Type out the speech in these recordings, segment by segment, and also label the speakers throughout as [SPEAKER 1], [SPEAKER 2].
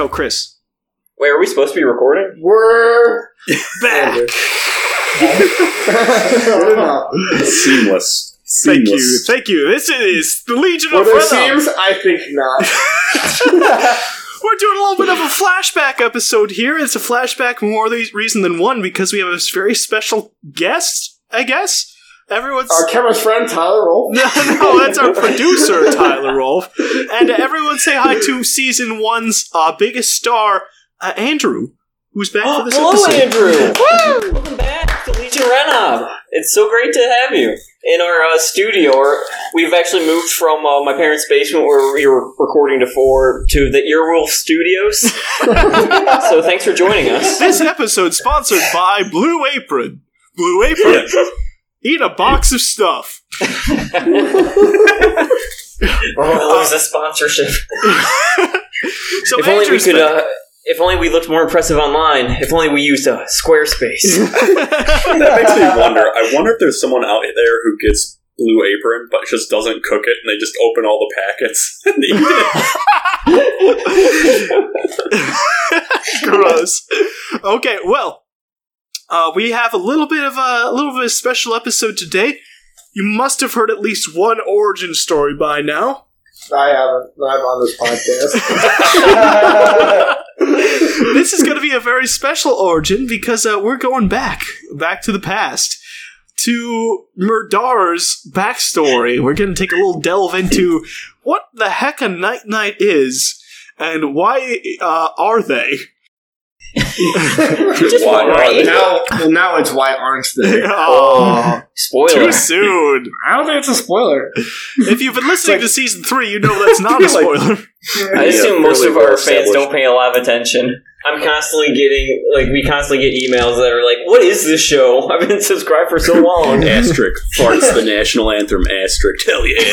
[SPEAKER 1] Oh, Chris.
[SPEAKER 2] Wait, are we supposed to be recording?
[SPEAKER 3] We're
[SPEAKER 1] Back.
[SPEAKER 3] We're not.
[SPEAKER 4] Seamless.
[SPEAKER 1] Thank you.
[SPEAKER 4] Seamless.
[SPEAKER 1] Thank you. This is the Legion
[SPEAKER 3] Well,
[SPEAKER 1] of
[SPEAKER 3] there
[SPEAKER 1] Rhythm.
[SPEAKER 3] seems, I think not.
[SPEAKER 1] We're doing a little bit of a flashback episode here. It's a flashback for more the reason than one because we have a very special guest, I guess. Everyone's.
[SPEAKER 3] Our chemist friend Tyler Roll.
[SPEAKER 1] No, no, that's our producer, Tyler Rolfe. And everyone say hi to season one's uh, biggest star, uh, Andrew, who's back for this
[SPEAKER 2] Oh,
[SPEAKER 1] episode.
[SPEAKER 2] Andrew! Welcome back to Legion Renob! It's so great to have you in our uh, studio. Or we've actually moved from uh, my parents' basement where we were recording before to the Earwolf Studios. so thanks for joining us.
[SPEAKER 1] This episode sponsored by Blue Apron. Blue Apron. Eat a box of stuff.
[SPEAKER 2] We're gonna lose this sponsorship.
[SPEAKER 1] So
[SPEAKER 2] If only we
[SPEAKER 1] Andrew's
[SPEAKER 2] could.
[SPEAKER 1] back.
[SPEAKER 2] Uh, if only we looked more impressive online. If only we used uh, Squarespace.
[SPEAKER 4] That makes me wonder. I wonder if there's someone out there who gets Blue Apron but just doesn't cook it, and they just open all the packets and eat it.
[SPEAKER 2] uh,
[SPEAKER 1] Gross. Okay, well, uh, we have a little bit of a, a little bit of a special episode today. You must have heard at least one origin story by now.
[SPEAKER 3] I haven't. I'm on this podcast.
[SPEAKER 1] this is going to be a very special origin because uh, we're going back, back to the past, to Murdar's backstory. We're going to take a little delve into what the heck a night night is and why uh, are they?
[SPEAKER 2] Just
[SPEAKER 4] Why
[SPEAKER 2] one, right?
[SPEAKER 3] now, well, now it's why aren't they?
[SPEAKER 1] Oh,
[SPEAKER 2] Spoiler.
[SPEAKER 1] too soon.
[SPEAKER 3] I don't think it's a spoiler.
[SPEAKER 1] If you've been listening to season three, you know that's not a
[SPEAKER 4] Like-
[SPEAKER 1] spoiler.
[SPEAKER 2] I
[SPEAKER 4] Yeah,
[SPEAKER 2] assume most
[SPEAKER 4] really
[SPEAKER 2] of
[SPEAKER 4] well
[SPEAKER 2] our fans
[SPEAKER 4] established.
[SPEAKER 2] don't pay a lot of attention. I'm constantly getting like we constantly get emails that are like, "What is this show? I've been subscribed for so long."
[SPEAKER 4] Asterisk farts the national anthem. Asterisk. Hell yeah.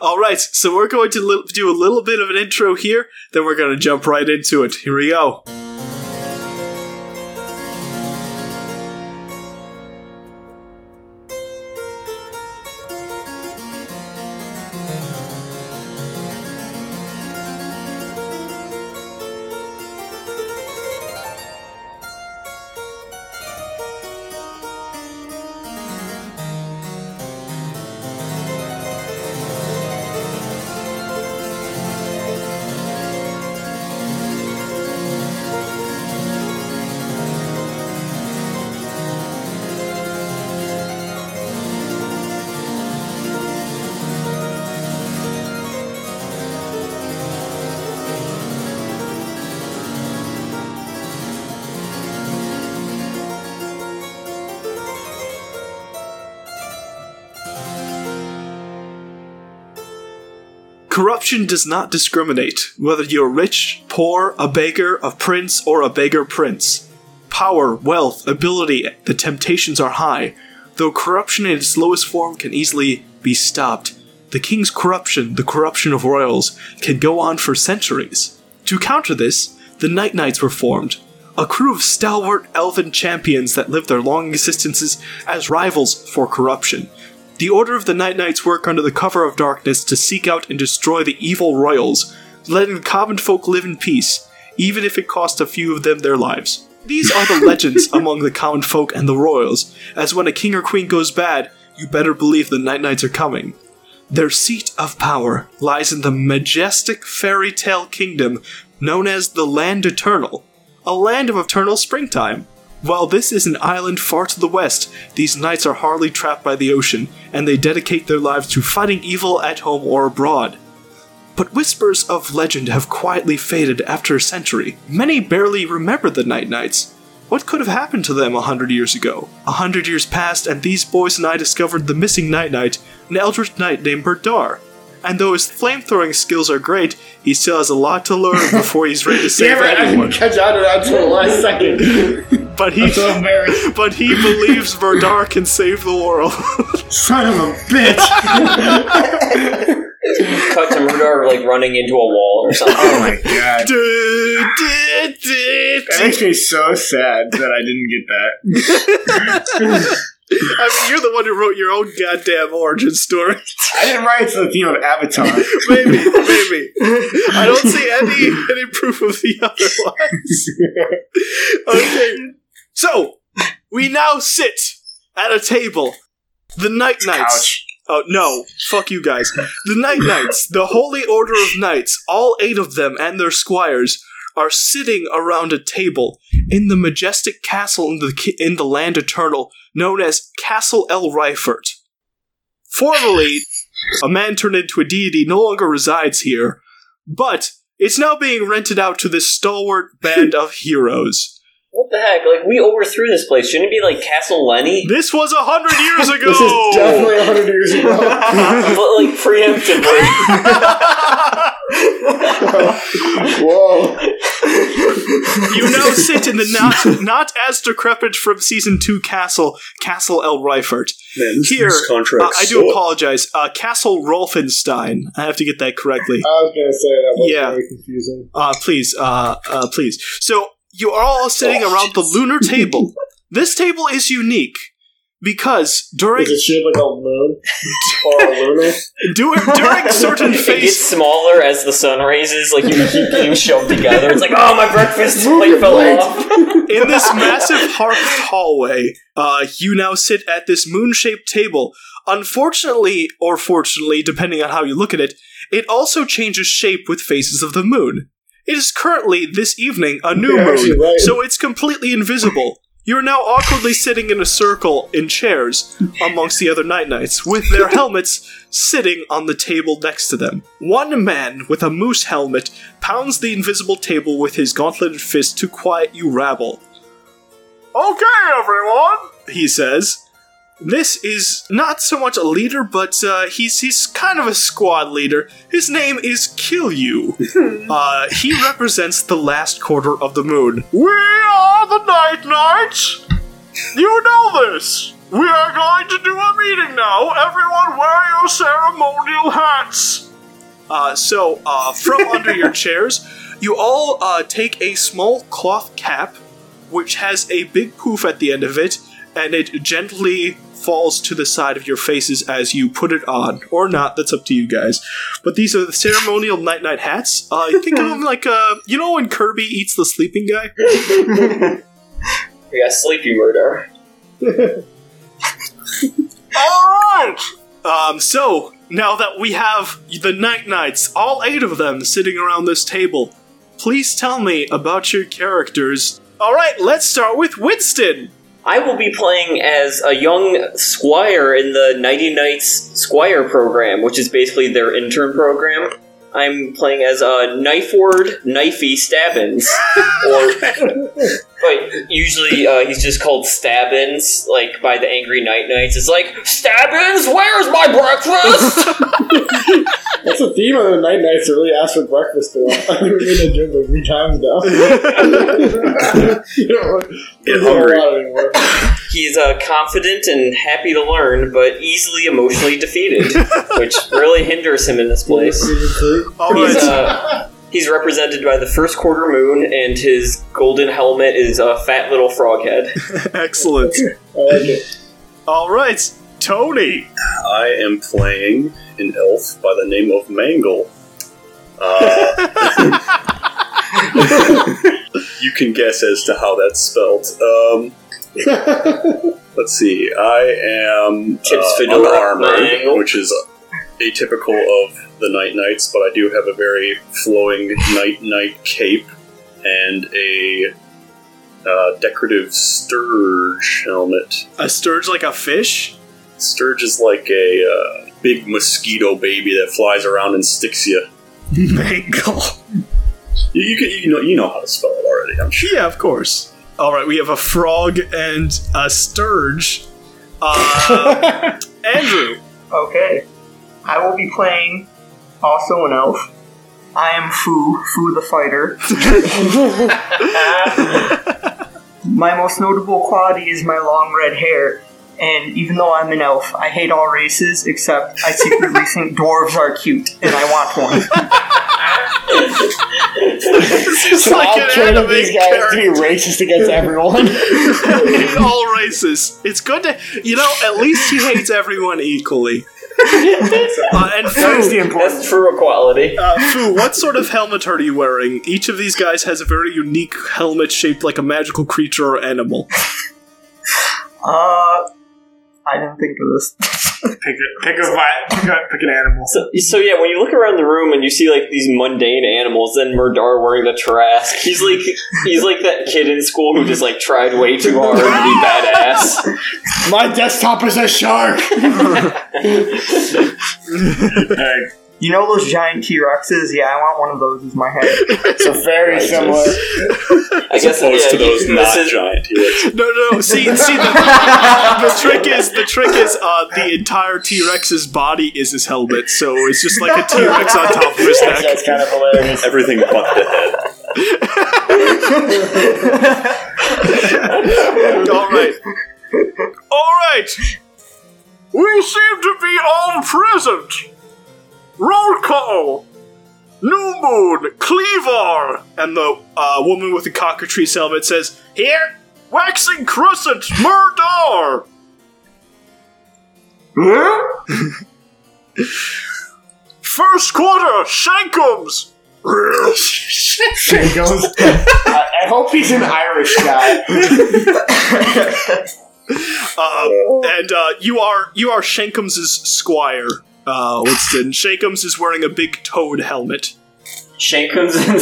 [SPEAKER 1] All right, so we're going to li- do a little bit of an intro here, then we're going to jump right into it. Here we go. Corruption does not discriminate whether you're rich, poor, a beggar, a prince, or a beggar prince. Power, wealth, ability, the temptations are high. Though corruption in its lowest form can easily be stopped, the king's corruption, the corruption of royals, can go on for centuries. To counter this, the Night Knights were formed, a crew of stalwart elven champions that lived their long existences as rivals for corruption. The Order of the Night Knights work under the cover of darkness to seek out and destroy the evil royals, letting the common folk live in peace, even if it cost a few of them their lives. These are the legends among the common folk and the royals, as when a king or queen goes bad, you better believe the Night Knights are coming. Their seat of power lies in the majestic fairy tale kingdom known as the Land Eternal, a land of eternal springtime. While this is an island far to the west, these knights are hardly trapped by the ocean, and they dedicate their lives to fighting evil at home or abroad. But whispers of legend have quietly faded after a century. Many barely remember the Night Knights. What could have happened to them a hundred years ago? A hundred years passed, and these boys and I discovered the missing Night Knight, an eldritch knight named Berdar. And though his flamethrowing skills are great, he still has a lot to learn before he's ready to save
[SPEAKER 3] Damn it, I
[SPEAKER 1] anyone.
[SPEAKER 3] didn't catch on to that until the last second.
[SPEAKER 1] But he,
[SPEAKER 3] So
[SPEAKER 5] um,
[SPEAKER 3] embarrassed.
[SPEAKER 1] but he believes Verdar can save the world.
[SPEAKER 3] Son of a bitch.
[SPEAKER 2] Cut to Murdar like running into a wall or something.
[SPEAKER 3] Oh my god. That makes me so sad that I didn't get that.
[SPEAKER 1] I mean, you're the one who wrote your own goddamn origin story.
[SPEAKER 3] I didn't write it to the theme of Avatar.
[SPEAKER 1] maybe, maybe. I don't see any any proof of the otherwise. okay, so we now sit at a table. The Night Knights.
[SPEAKER 3] Ouch.
[SPEAKER 1] Oh no! Fuck you guys. The Night Knights, the Holy Order of Knights, all eight of them and their squires are sitting around a table in the majestic castle in the ki- in the land eternal known as Castle El Ryfort. Formerly a man turned into a deity no longer resides here, but it's now being rented out to this stalwart band of heroes.
[SPEAKER 2] What the heck? Like, we overthrew this place. Shouldn't it be like Castle Lenny?
[SPEAKER 1] This was a hundred years ago.
[SPEAKER 3] This is definitely 100 years ago.
[SPEAKER 2] but, like, preemptively.
[SPEAKER 3] Whoa.
[SPEAKER 1] you now sit in the not not as decrepit from season two castle, Castle El Reifert.
[SPEAKER 4] Man, this,
[SPEAKER 1] Here,
[SPEAKER 4] this contract.
[SPEAKER 1] uh, I do apologize. Uh, castle Rolfenstein. I have to get that correctly.
[SPEAKER 3] I was going to say that was
[SPEAKER 1] Yeah.
[SPEAKER 3] very confusing.
[SPEAKER 1] Uh, please, uh, uh, please. So you are all sitting around the lunar table. This table is unique because during
[SPEAKER 3] Is it shaped like a moon? or a lunar?
[SPEAKER 1] during, during certain
[SPEAKER 2] It gets
[SPEAKER 1] phases,
[SPEAKER 2] smaller as the sun rises. Like, you keep getting shoved together. It's like, oh, my breakfast plate fell off.
[SPEAKER 1] in this massive harped hallway, uh, you now sit at this moon-shaped table. Unfortunately, or fortunately, depending on how you look at it, it also changes shape with phases of the moon. It is currently this evening a new
[SPEAKER 3] You're actually
[SPEAKER 1] moon,
[SPEAKER 3] right.
[SPEAKER 1] so it's completely invisible. You are now awkwardly sitting in a circle in chairs amongst the other Night Knights, with their helmets sitting on the table next to them. One man with a moose helmet pounds the invisible table with his gauntleted fist to quiet you rabble. Okay, everyone, he says. This is not so much a leader, but uh, he's he's kind of a squad leader. His name is Kill You. uh, he represents the last quarter of the moon. We are the Night Knights. You know this. We are going to do a meeting now. Everyone, wear your ceremonial hats. Uh, so, uh, from under your chairs, you all uh, take a small cloth cap which has a big poof at the end of it, and it gently falls to the side of your faces as you put it on, or not. That's up to you guys. But these are the ceremonial night night hats. Uh, you think of them like uh, you know when Kirby eats the sleeping guy.
[SPEAKER 2] We got sleepy murder.
[SPEAKER 1] All right. Um, so now that we have the night knights, all eight of them sitting around this table, please tell me about your characters. All right, let's start with Winston.
[SPEAKER 2] I will be playing as a young squire in the Nighty Knights Squire program, which is basically their intern program. I'm playing as a knife ward, knifey Stabbins, or but usually uh, he's just called Stabbins, like by the angry Night Knights. It's like Stabbins, where's my breakfast?
[SPEAKER 3] That's the theme of the Night Nights to really ask for breakfast a lot. I think we're going to do it three times now. you know,
[SPEAKER 4] Get
[SPEAKER 3] we're not
[SPEAKER 4] hungry.
[SPEAKER 3] allowed anymore.
[SPEAKER 2] he's uh, confident and happy to learn, but easily emotionally defeated, which really hinders him in this place.
[SPEAKER 6] Oh,
[SPEAKER 1] All
[SPEAKER 2] He's,
[SPEAKER 1] right.
[SPEAKER 2] uh, he's represented by the first quarter moon, and his golden helmet is a fat little frog head.
[SPEAKER 1] Excellent.
[SPEAKER 3] I like it.
[SPEAKER 1] All right, Tony.
[SPEAKER 4] I am playing an elf by the name of Mangle. Uh, you can guess as to how that's spelled. Um, let's see. I am
[SPEAKER 2] Chips
[SPEAKER 4] uh,
[SPEAKER 2] Fedora Mangle.
[SPEAKER 4] unarmored, which is atypical of the Night Knights, but I do have a very flowing Night Knight cape and a uh, decorative Sturge helmet.
[SPEAKER 1] A sturge like a fish?
[SPEAKER 4] Sturge is like a uh, big mosquito baby that flies around and sticks you.
[SPEAKER 1] Mangle.
[SPEAKER 4] You, you, can- you know you know how to spell it already. I'm sure.
[SPEAKER 1] Yeah, of course. All right, we have a frog and a sturge. Uh, Andrew.
[SPEAKER 6] Okay. I will be playing also an elf. I am Fu, Fu the fighter. my most notable quality is my long red hair. And even though I'm an elf, I hate all races except I secretly think dwarves are cute and I want one.
[SPEAKER 1] It's like
[SPEAKER 5] I'm
[SPEAKER 1] an
[SPEAKER 5] training
[SPEAKER 1] anime
[SPEAKER 5] these guys to be racist against everyone.
[SPEAKER 1] character. all races. It's good to, you know, at least he hates everyone equally. Uh, and
[SPEAKER 6] That is the
[SPEAKER 1] Fu,
[SPEAKER 6] important.
[SPEAKER 2] That's true equality.
[SPEAKER 1] uh, Fu, what sort of helmet are you wearing? Each of these guys has a very unique helmet shaped like a magical creature or animal.
[SPEAKER 6] Uh, I didn't think of this.
[SPEAKER 5] Pick, a, pick, a, pick, a, pick an animal.
[SPEAKER 2] So, so yeah, when you look around the room and you see like these mundane animals, then Murdar wearing the Trask, he's like he's like that kid in school who just like tried way too hard to be badass.
[SPEAKER 5] My desktop is a shark.
[SPEAKER 4] Alright.
[SPEAKER 6] you know those giant T Rexes? Yeah, I want one of those as my head.
[SPEAKER 5] So very similar.
[SPEAKER 2] I guess
[SPEAKER 4] Opposed
[SPEAKER 2] yeah,
[SPEAKER 4] to those
[SPEAKER 2] this
[SPEAKER 4] not
[SPEAKER 2] is-
[SPEAKER 4] giant T-Rex.
[SPEAKER 1] No, no, no. See, see, the, the trick is the trick is uh, the entire T Rex's body is his helmet, so it's just like a T Rex on top of his
[SPEAKER 5] That's,
[SPEAKER 1] neck.
[SPEAKER 5] that's kind of hilarious.
[SPEAKER 4] Everything but the head.
[SPEAKER 1] All right, all right. We seem to be all present. Roll call. New Moon, Cleavar, and the uh, woman with the cockatrice helmet says, "Here, waxing crescent, Murdar." First quarter, Shankums!
[SPEAKER 5] He goes, I, I hope he's an Irish guy.
[SPEAKER 1] Uh, and uh, you are you are Shankums' squire, uh, Winston. Shankums is wearing a big toad helmet.
[SPEAKER 2] Shankums and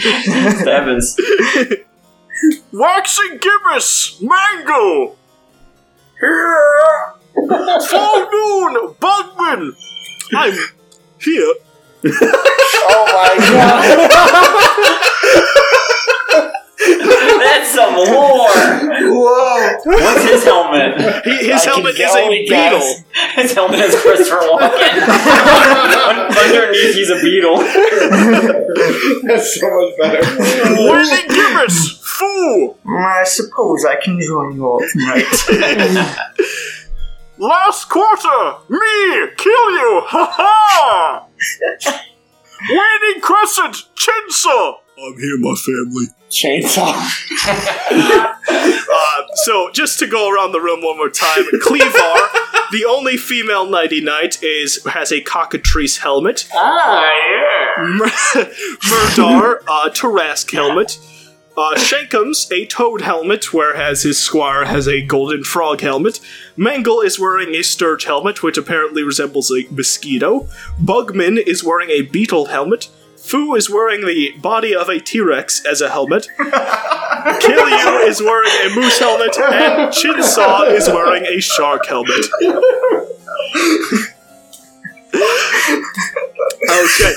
[SPEAKER 2] Stabins. Stabins.
[SPEAKER 1] Waxing gibbous, mango. Full moon, bugman. I'm here.
[SPEAKER 5] Oh my god.
[SPEAKER 2] That's some lore.
[SPEAKER 6] Whoa!
[SPEAKER 2] What's his helmet?
[SPEAKER 1] He, his
[SPEAKER 5] I can
[SPEAKER 1] helmet is a
[SPEAKER 5] only
[SPEAKER 1] beetle.
[SPEAKER 5] guess.
[SPEAKER 2] His helmet is Christopher Walken. Un- Underneath, he's a beetle.
[SPEAKER 5] That's so much better.
[SPEAKER 1] Waxing gibbous, fool.
[SPEAKER 6] Mm, I suppose I can join you all tonight.
[SPEAKER 1] Last quarter, me kill you. Ha ha. Waning crescent, Chinsa. I'm here, my family.
[SPEAKER 5] Chainsaw.
[SPEAKER 1] Uh, so just to go around the room one more time, Cleavar, the only female nighty knight, is has a cockatrice helmet.
[SPEAKER 6] ah,
[SPEAKER 1] Mur- Murdar, a Tarask helmet. Uh, Shankums, a toad helmet, whereas his squire has a golden frog helmet. Mangle is wearing a sturge helmet, which apparently resembles a mosquito. Bugman is wearing a beetle helmet. Fu is wearing the body of a T Rex as a helmet. Kilyu is wearing a moose helmet. And Chinsaw is wearing a shark helmet. okay.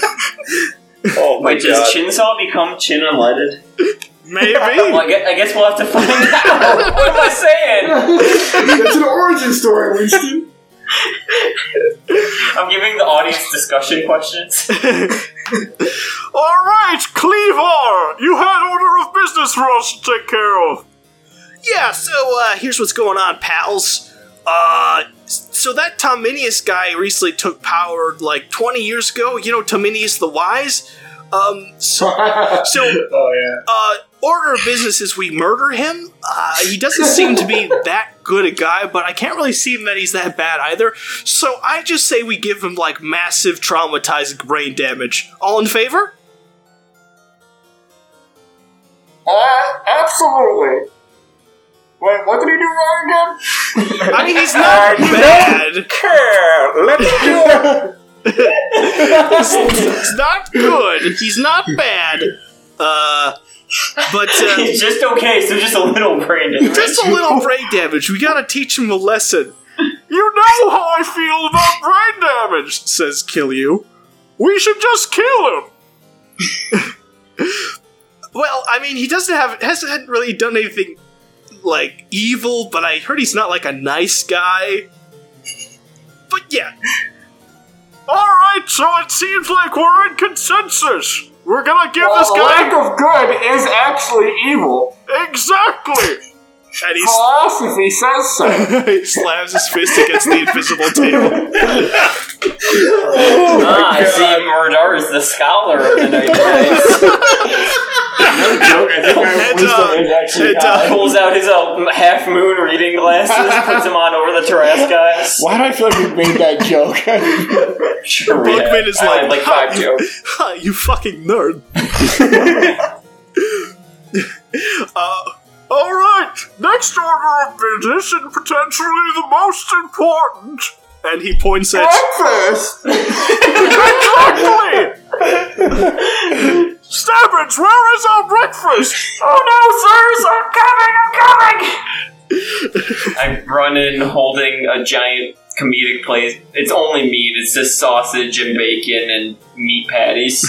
[SPEAKER 4] Oh my
[SPEAKER 2] Wait, does
[SPEAKER 4] god.
[SPEAKER 2] Chinsaw become Chin Unleaded?
[SPEAKER 1] Maybe.
[SPEAKER 2] Well, I guess, I guess we'll have to find out. what am I saying?
[SPEAKER 3] That's an origin story, Winston.
[SPEAKER 2] I'm giving the audience discussion questions.
[SPEAKER 1] All right, Cleavar, you had order of business for us to take care of. Yeah, so uh, here's what's going on, pals. Uh, so that Tominius guy recently took power like 20 years ago. You know, Tominius the Wise. Um, so, so
[SPEAKER 5] Oh yeah.
[SPEAKER 1] uh, order of business is we murder him. Uh, he doesn't seem to be that good a guy, but I can't really see him that he's that bad either. So I just say we give him like massive traumatizing brain damage. All in favor?
[SPEAKER 3] Uh, absolutely. Wait, what did he do wrong again?
[SPEAKER 1] I mean, he's not bad.
[SPEAKER 3] Let me do it.
[SPEAKER 1] He's not good. He's not bad. Uh, but uh,
[SPEAKER 2] It's just okay, so just a little Brandon.
[SPEAKER 1] just a little brain damage. We gotta teach him a lesson. You know how I feel about brain damage, says Kill You. We should just kill him. well, I mean, he doesn't have hasn't really done anything like evil, but I heard he's not like a nice guy. But yeah. All right, so it seems like we're in consensus. We're gonna give
[SPEAKER 3] Well, lack of good is actually evil.
[SPEAKER 1] Exactly! and Oh, he s-
[SPEAKER 5] Philosophy says so.
[SPEAKER 1] he slams his fist against the invisible table. Oh
[SPEAKER 2] ah, I see Mordar is the scholar of the Night Knights.
[SPEAKER 5] I think I
[SPEAKER 1] Head
[SPEAKER 5] wasted
[SPEAKER 1] dog.
[SPEAKER 5] it actually.
[SPEAKER 1] Head dog.
[SPEAKER 2] Pulls out his uh, half moon reading glasses, puts them on over the Tarrasque eyes.
[SPEAKER 5] Why do I feel like we made that joke?
[SPEAKER 2] Sure, we
[SPEAKER 1] Bookman
[SPEAKER 2] have.
[SPEAKER 1] is
[SPEAKER 2] I
[SPEAKER 1] like,
[SPEAKER 2] had, like
[SPEAKER 1] "Ha,
[SPEAKER 2] five
[SPEAKER 1] you-
[SPEAKER 2] jokes.
[SPEAKER 1] Ha, you fucking nerd. uh, all right, next order of business, and potentially the most important. And he points at
[SPEAKER 5] Breakfast.
[SPEAKER 1] exactly. Stabbage, where is our breakfast? Oh no, sirs, I'm coming, I'm coming.
[SPEAKER 2] I run in holding a giant comedic plate. It's only meat. It's just sausage and bacon and meat patties.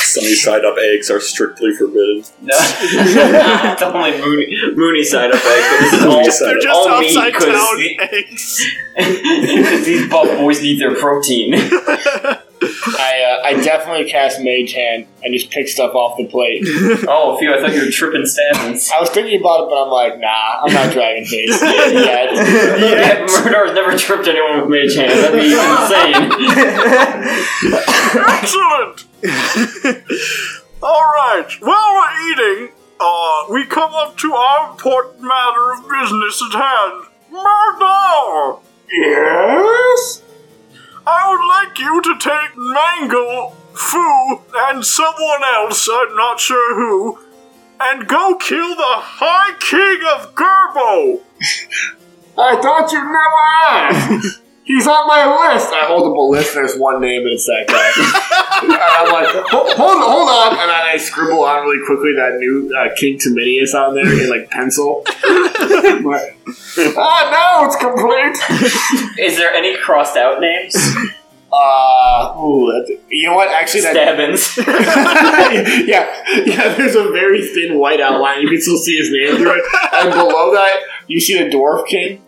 [SPEAKER 4] Sunny side up eggs are strictly forbidden.
[SPEAKER 2] No, it's only Mooney, Mooney side effect. But this is all,
[SPEAKER 1] They're just
[SPEAKER 2] all meat
[SPEAKER 1] upside down
[SPEAKER 2] because
[SPEAKER 1] eggs.
[SPEAKER 2] these buff boys need their protein.
[SPEAKER 5] I, uh, I definitely cast Mage Hand and just pick stuff off the plate.
[SPEAKER 2] Oh, phew, I thought you were tripping stabbings.
[SPEAKER 5] I was thinking about it, but I'm like, nah, I'm not Dragon Face yet.
[SPEAKER 2] Yeah, Murder has never tripped anyone with mage hand. That'd be insane.
[SPEAKER 1] Excellent! Alright, while we're eating, uh, we come up to our important matter of business at hand. Murder!
[SPEAKER 5] Yes?
[SPEAKER 1] I would like you to take Mangle, Foo, and someone else, I'm not sure who, and go kill the High King of Gerbo!
[SPEAKER 5] I thought you never asked. He's on my list. I hold up a list. There's one name, and it's that guy. and I'm like, "Ho- hold on, hold on. And then I scribble on really quickly that new uh, King Timinius on there in like pencil. I'm like, ah, now it's complete.
[SPEAKER 2] Is there any crossed out names?
[SPEAKER 5] Uh, ooh, that, you know what? Actually, that,
[SPEAKER 2] Stabbins.
[SPEAKER 5] yeah, yeah. There's a very thin white outline. You can still see his name through it, and below that, you see the dwarf king,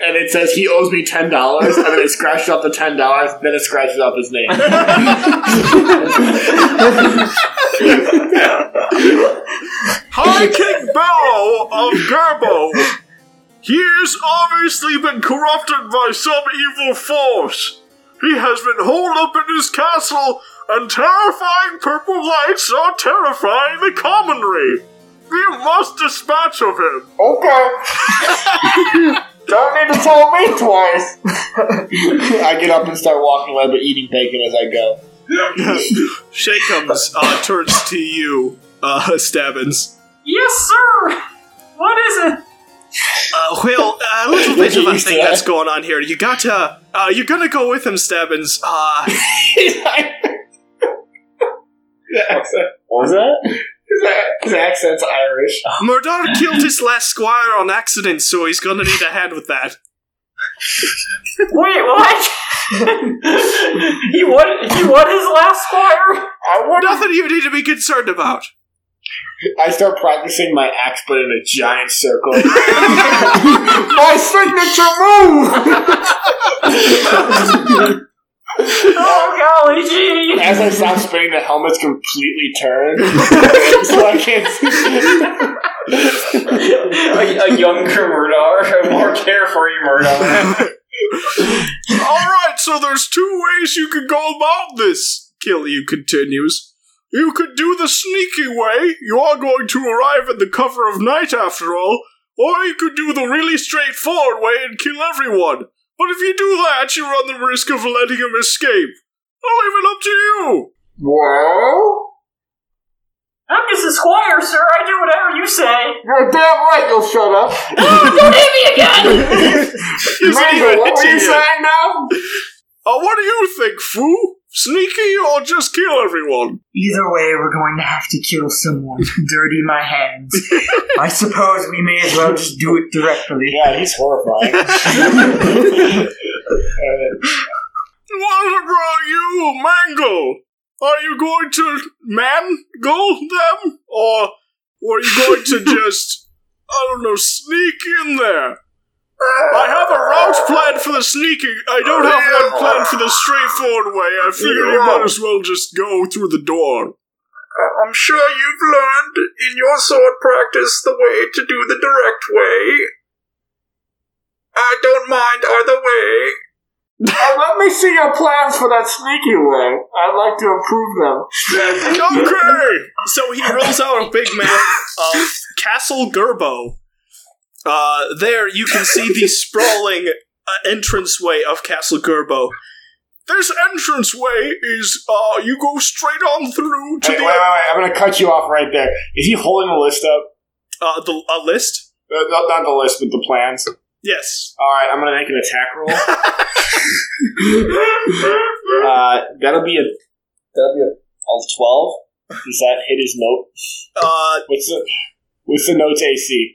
[SPEAKER 5] and it says he owes me ten dollars, and then it scratches out the ten dollars, then it scratches out his name.
[SPEAKER 1] High King Bellow of Gerbo. He has obviously been corrupted by some evil force. He has been holed up in his castle, and terrifying purple lights are terrifying the commonry. You must dispatch of him.
[SPEAKER 5] Okay. Don't need to tell me twice. I get up and start walking away, but eating bacon as I go.
[SPEAKER 1] Shay comes, uh, turns to you, uh, Stabbins.
[SPEAKER 2] yes, sir. What is it?
[SPEAKER 1] Uh, well, a little bit of a
[SPEAKER 5] Used to
[SPEAKER 1] thing
[SPEAKER 5] that.
[SPEAKER 1] that's going on here. You gotta, uh, you're gonna go with him, Stabbins. Uh,
[SPEAKER 5] His accent. What was that? His, a- his accent's Irish.
[SPEAKER 1] Murdar killed his last squire on accident, so he's gonna need a hand with that.
[SPEAKER 2] Wait, what? he won. He won his last squire.
[SPEAKER 5] I wonder.
[SPEAKER 1] Nothing you need to be concerned about.
[SPEAKER 5] I start practicing my axe, but in a giant circle. my signature move.
[SPEAKER 2] Oh golly gee!
[SPEAKER 5] As I stop spinning, the helmet's completely turned, so I can't see.
[SPEAKER 2] a, a younger Murdar, a more carefree Murdar.
[SPEAKER 1] Alright, so there's two ways you can go about this, Killiu continues. You could do the sneaky way, you are going to arrive at the cover of night after all, or you could do the really straightforward way and kill everyone. But if you do that, you run the risk of letting him escape. I'll leave it up to you!
[SPEAKER 5] Whoa.
[SPEAKER 2] I'm just a squire, sir. I do whatever you say.
[SPEAKER 5] You're damn right you'll shut up.
[SPEAKER 1] He isn't even
[SPEAKER 5] Michael, what were
[SPEAKER 1] hitting
[SPEAKER 5] you saying now?
[SPEAKER 1] Uh, what do you think, Foo? Sneaky or just kill everyone?
[SPEAKER 6] Either way, we're going to have to kill someone. Dirty my hands. I suppose we may as well just do it directly.
[SPEAKER 5] Yeah, he's horrifying.
[SPEAKER 1] What about you, Mangle? Are you going to mangle them? Or were you going to just, I don't know, sneak in there? I have a route planned for the sneaking. I don't have one planned for the straightforward way. I figured you might as well just go through the door.
[SPEAKER 7] I'm sure you've learned in your sword practice the way to do the direct way,
[SPEAKER 5] I don't mind either way. let me see your plans for that sneaky way. I'd like to improve them.
[SPEAKER 1] Okay! So he rolls out a big map of Castle Gerbo. Uh, there you can see the sprawling uh, entranceway of Castle Gerbo. This entranceway is, uh, you go straight on through to
[SPEAKER 5] Hey, wait,
[SPEAKER 1] the,
[SPEAKER 5] wait, wait. I'm going to cut you off right there. Is he holding the list up?
[SPEAKER 1] uh, the a list.
[SPEAKER 5] Uh, not, not the list, but the plans.
[SPEAKER 1] Yes.
[SPEAKER 5] All right, I'm going to make an attack roll. uh, that'll be a that'll be a, a twelve. Does that hit his note?
[SPEAKER 1] Uh,
[SPEAKER 5] What's the what's the note's AC?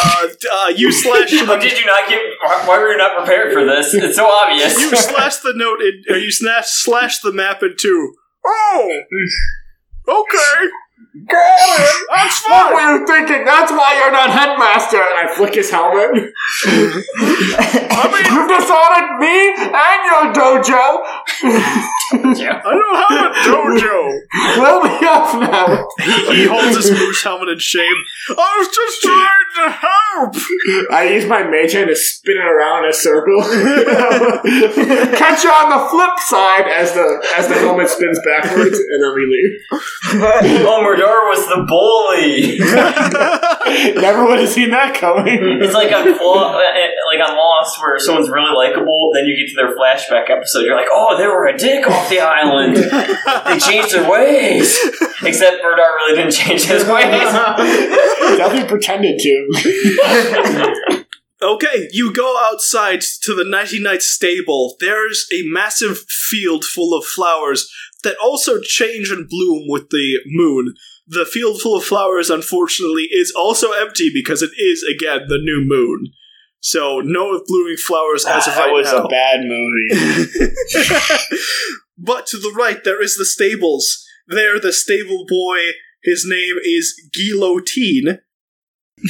[SPEAKER 1] uh, d- uh, you slash,
[SPEAKER 2] How did you not get? Why why were you not prepared for this? It's so obvious.
[SPEAKER 1] you slash the note, in, or you slash, slash the map in two. Oh! Okay! That's
[SPEAKER 5] What
[SPEAKER 1] fine!
[SPEAKER 5] were you thinking? That's why you're not headmaster. And I flick his helmet. You've dishonored me and your dojo.
[SPEAKER 1] I don't have a dojo!
[SPEAKER 5] Blow me up now.
[SPEAKER 1] He holds his moose helmet in shame. I was just trying to help!
[SPEAKER 5] I use my mage hand to spin it around in a circle. Catch you on the flip side as the as the helmet spins backwards, and then we leave.
[SPEAKER 2] oh, Murdar was the bully.
[SPEAKER 5] Never would have seen that coming.
[SPEAKER 2] It's like on Flo- uh, uh, like on Lost, where someone's really likable, then you get to their flashback episode. You're like, oh, they were a dick off the island. They changed their ways. Except Murdar really didn't change his ways.
[SPEAKER 5] Definitely pretended to.
[SPEAKER 1] Okay, you go outside to the Nighty Night stable. There's a massive field full of flowers that also change and bloom with the moon. The field full of flowers, unfortunately, is also empty because it is, again, the new moon. So, no blooming flowers as of
[SPEAKER 5] that
[SPEAKER 1] right
[SPEAKER 5] Ah, was
[SPEAKER 1] now.
[SPEAKER 5] a bad movie.
[SPEAKER 1] but to the right, there is the stables. There, the stable boy, his name is Guillotine,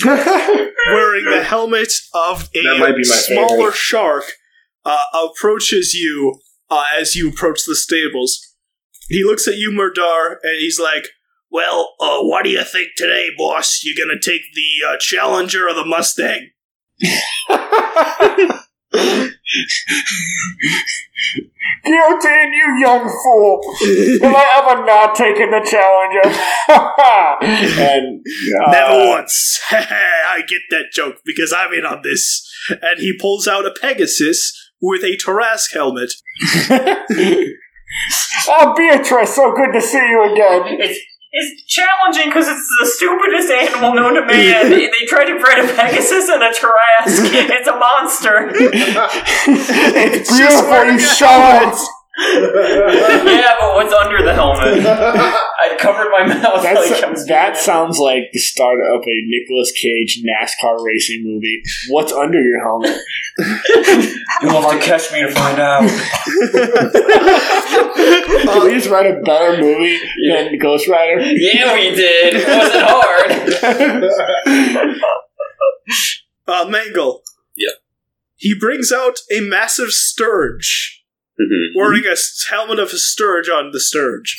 [SPEAKER 1] wearing the helmet of a
[SPEAKER 5] That might be my
[SPEAKER 1] smaller
[SPEAKER 5] favorite.
[SPEAKER 1] shark, uh, approaches you uh, as you approach the stables. He looks at you, Murdar, and he's like, well, uh, what do you think today, boss? You gonna take the uh, Challenger or the Mustang?
[SPEAKER 5] Guillotine, you young fool! Will I ever not taken the challenger? and uh,
[SPEAKER 1] Never once. I get that joke because I'm in on this. And he pulls out a Pegasus with a Tarask helmet.
[SPEAKER 5] Oh, Beatrice, so good to see you again.
[SPEAKER 2] It's it's challenging because it's the stupidest animal known to man. they, they tried to breed a Pegasus and a Tarrasque. It's a monster.
[SPEAKER 5] It's
[SPEAKER 1] just
[SPEAKER 5] beautiful,
[SPEAKER 1] wearing
[SPEAKER 5] you
[SPEAKER 1] a
[SPEAKER 5] show
[SPEAKER 1] helmet.
[SPEAKER 5] it.
[SPEAKER 2] yeah, but what's under the helmet? I covered my mouth. like I'm
[SPEAKER 5] That's,
[SPEAKER 2] screaming.
[SPEAKER 5] that sounds like the start of a Nicolas Cage NASCAR racing movie. What's under your helmet?
[SPEAKER 2] You'll have to catch me to find out.
[SPEAKER 5] Can we just write a better movie than Ghost Rider?
[SPEAKER 2] yeah, we did. It wasn't hard.
[SPEAKER 1] Uh, Mangle.
[SPEAKER 4] Yeah.
[SPEAKER 1] He brings out a massive Sturge,
[SPEAKER 5] Mm-hmm.
[SPEAKER 4] Mhm.
[SPEAKER 1] wearing a s- helmet of a Sturge on the Sturge.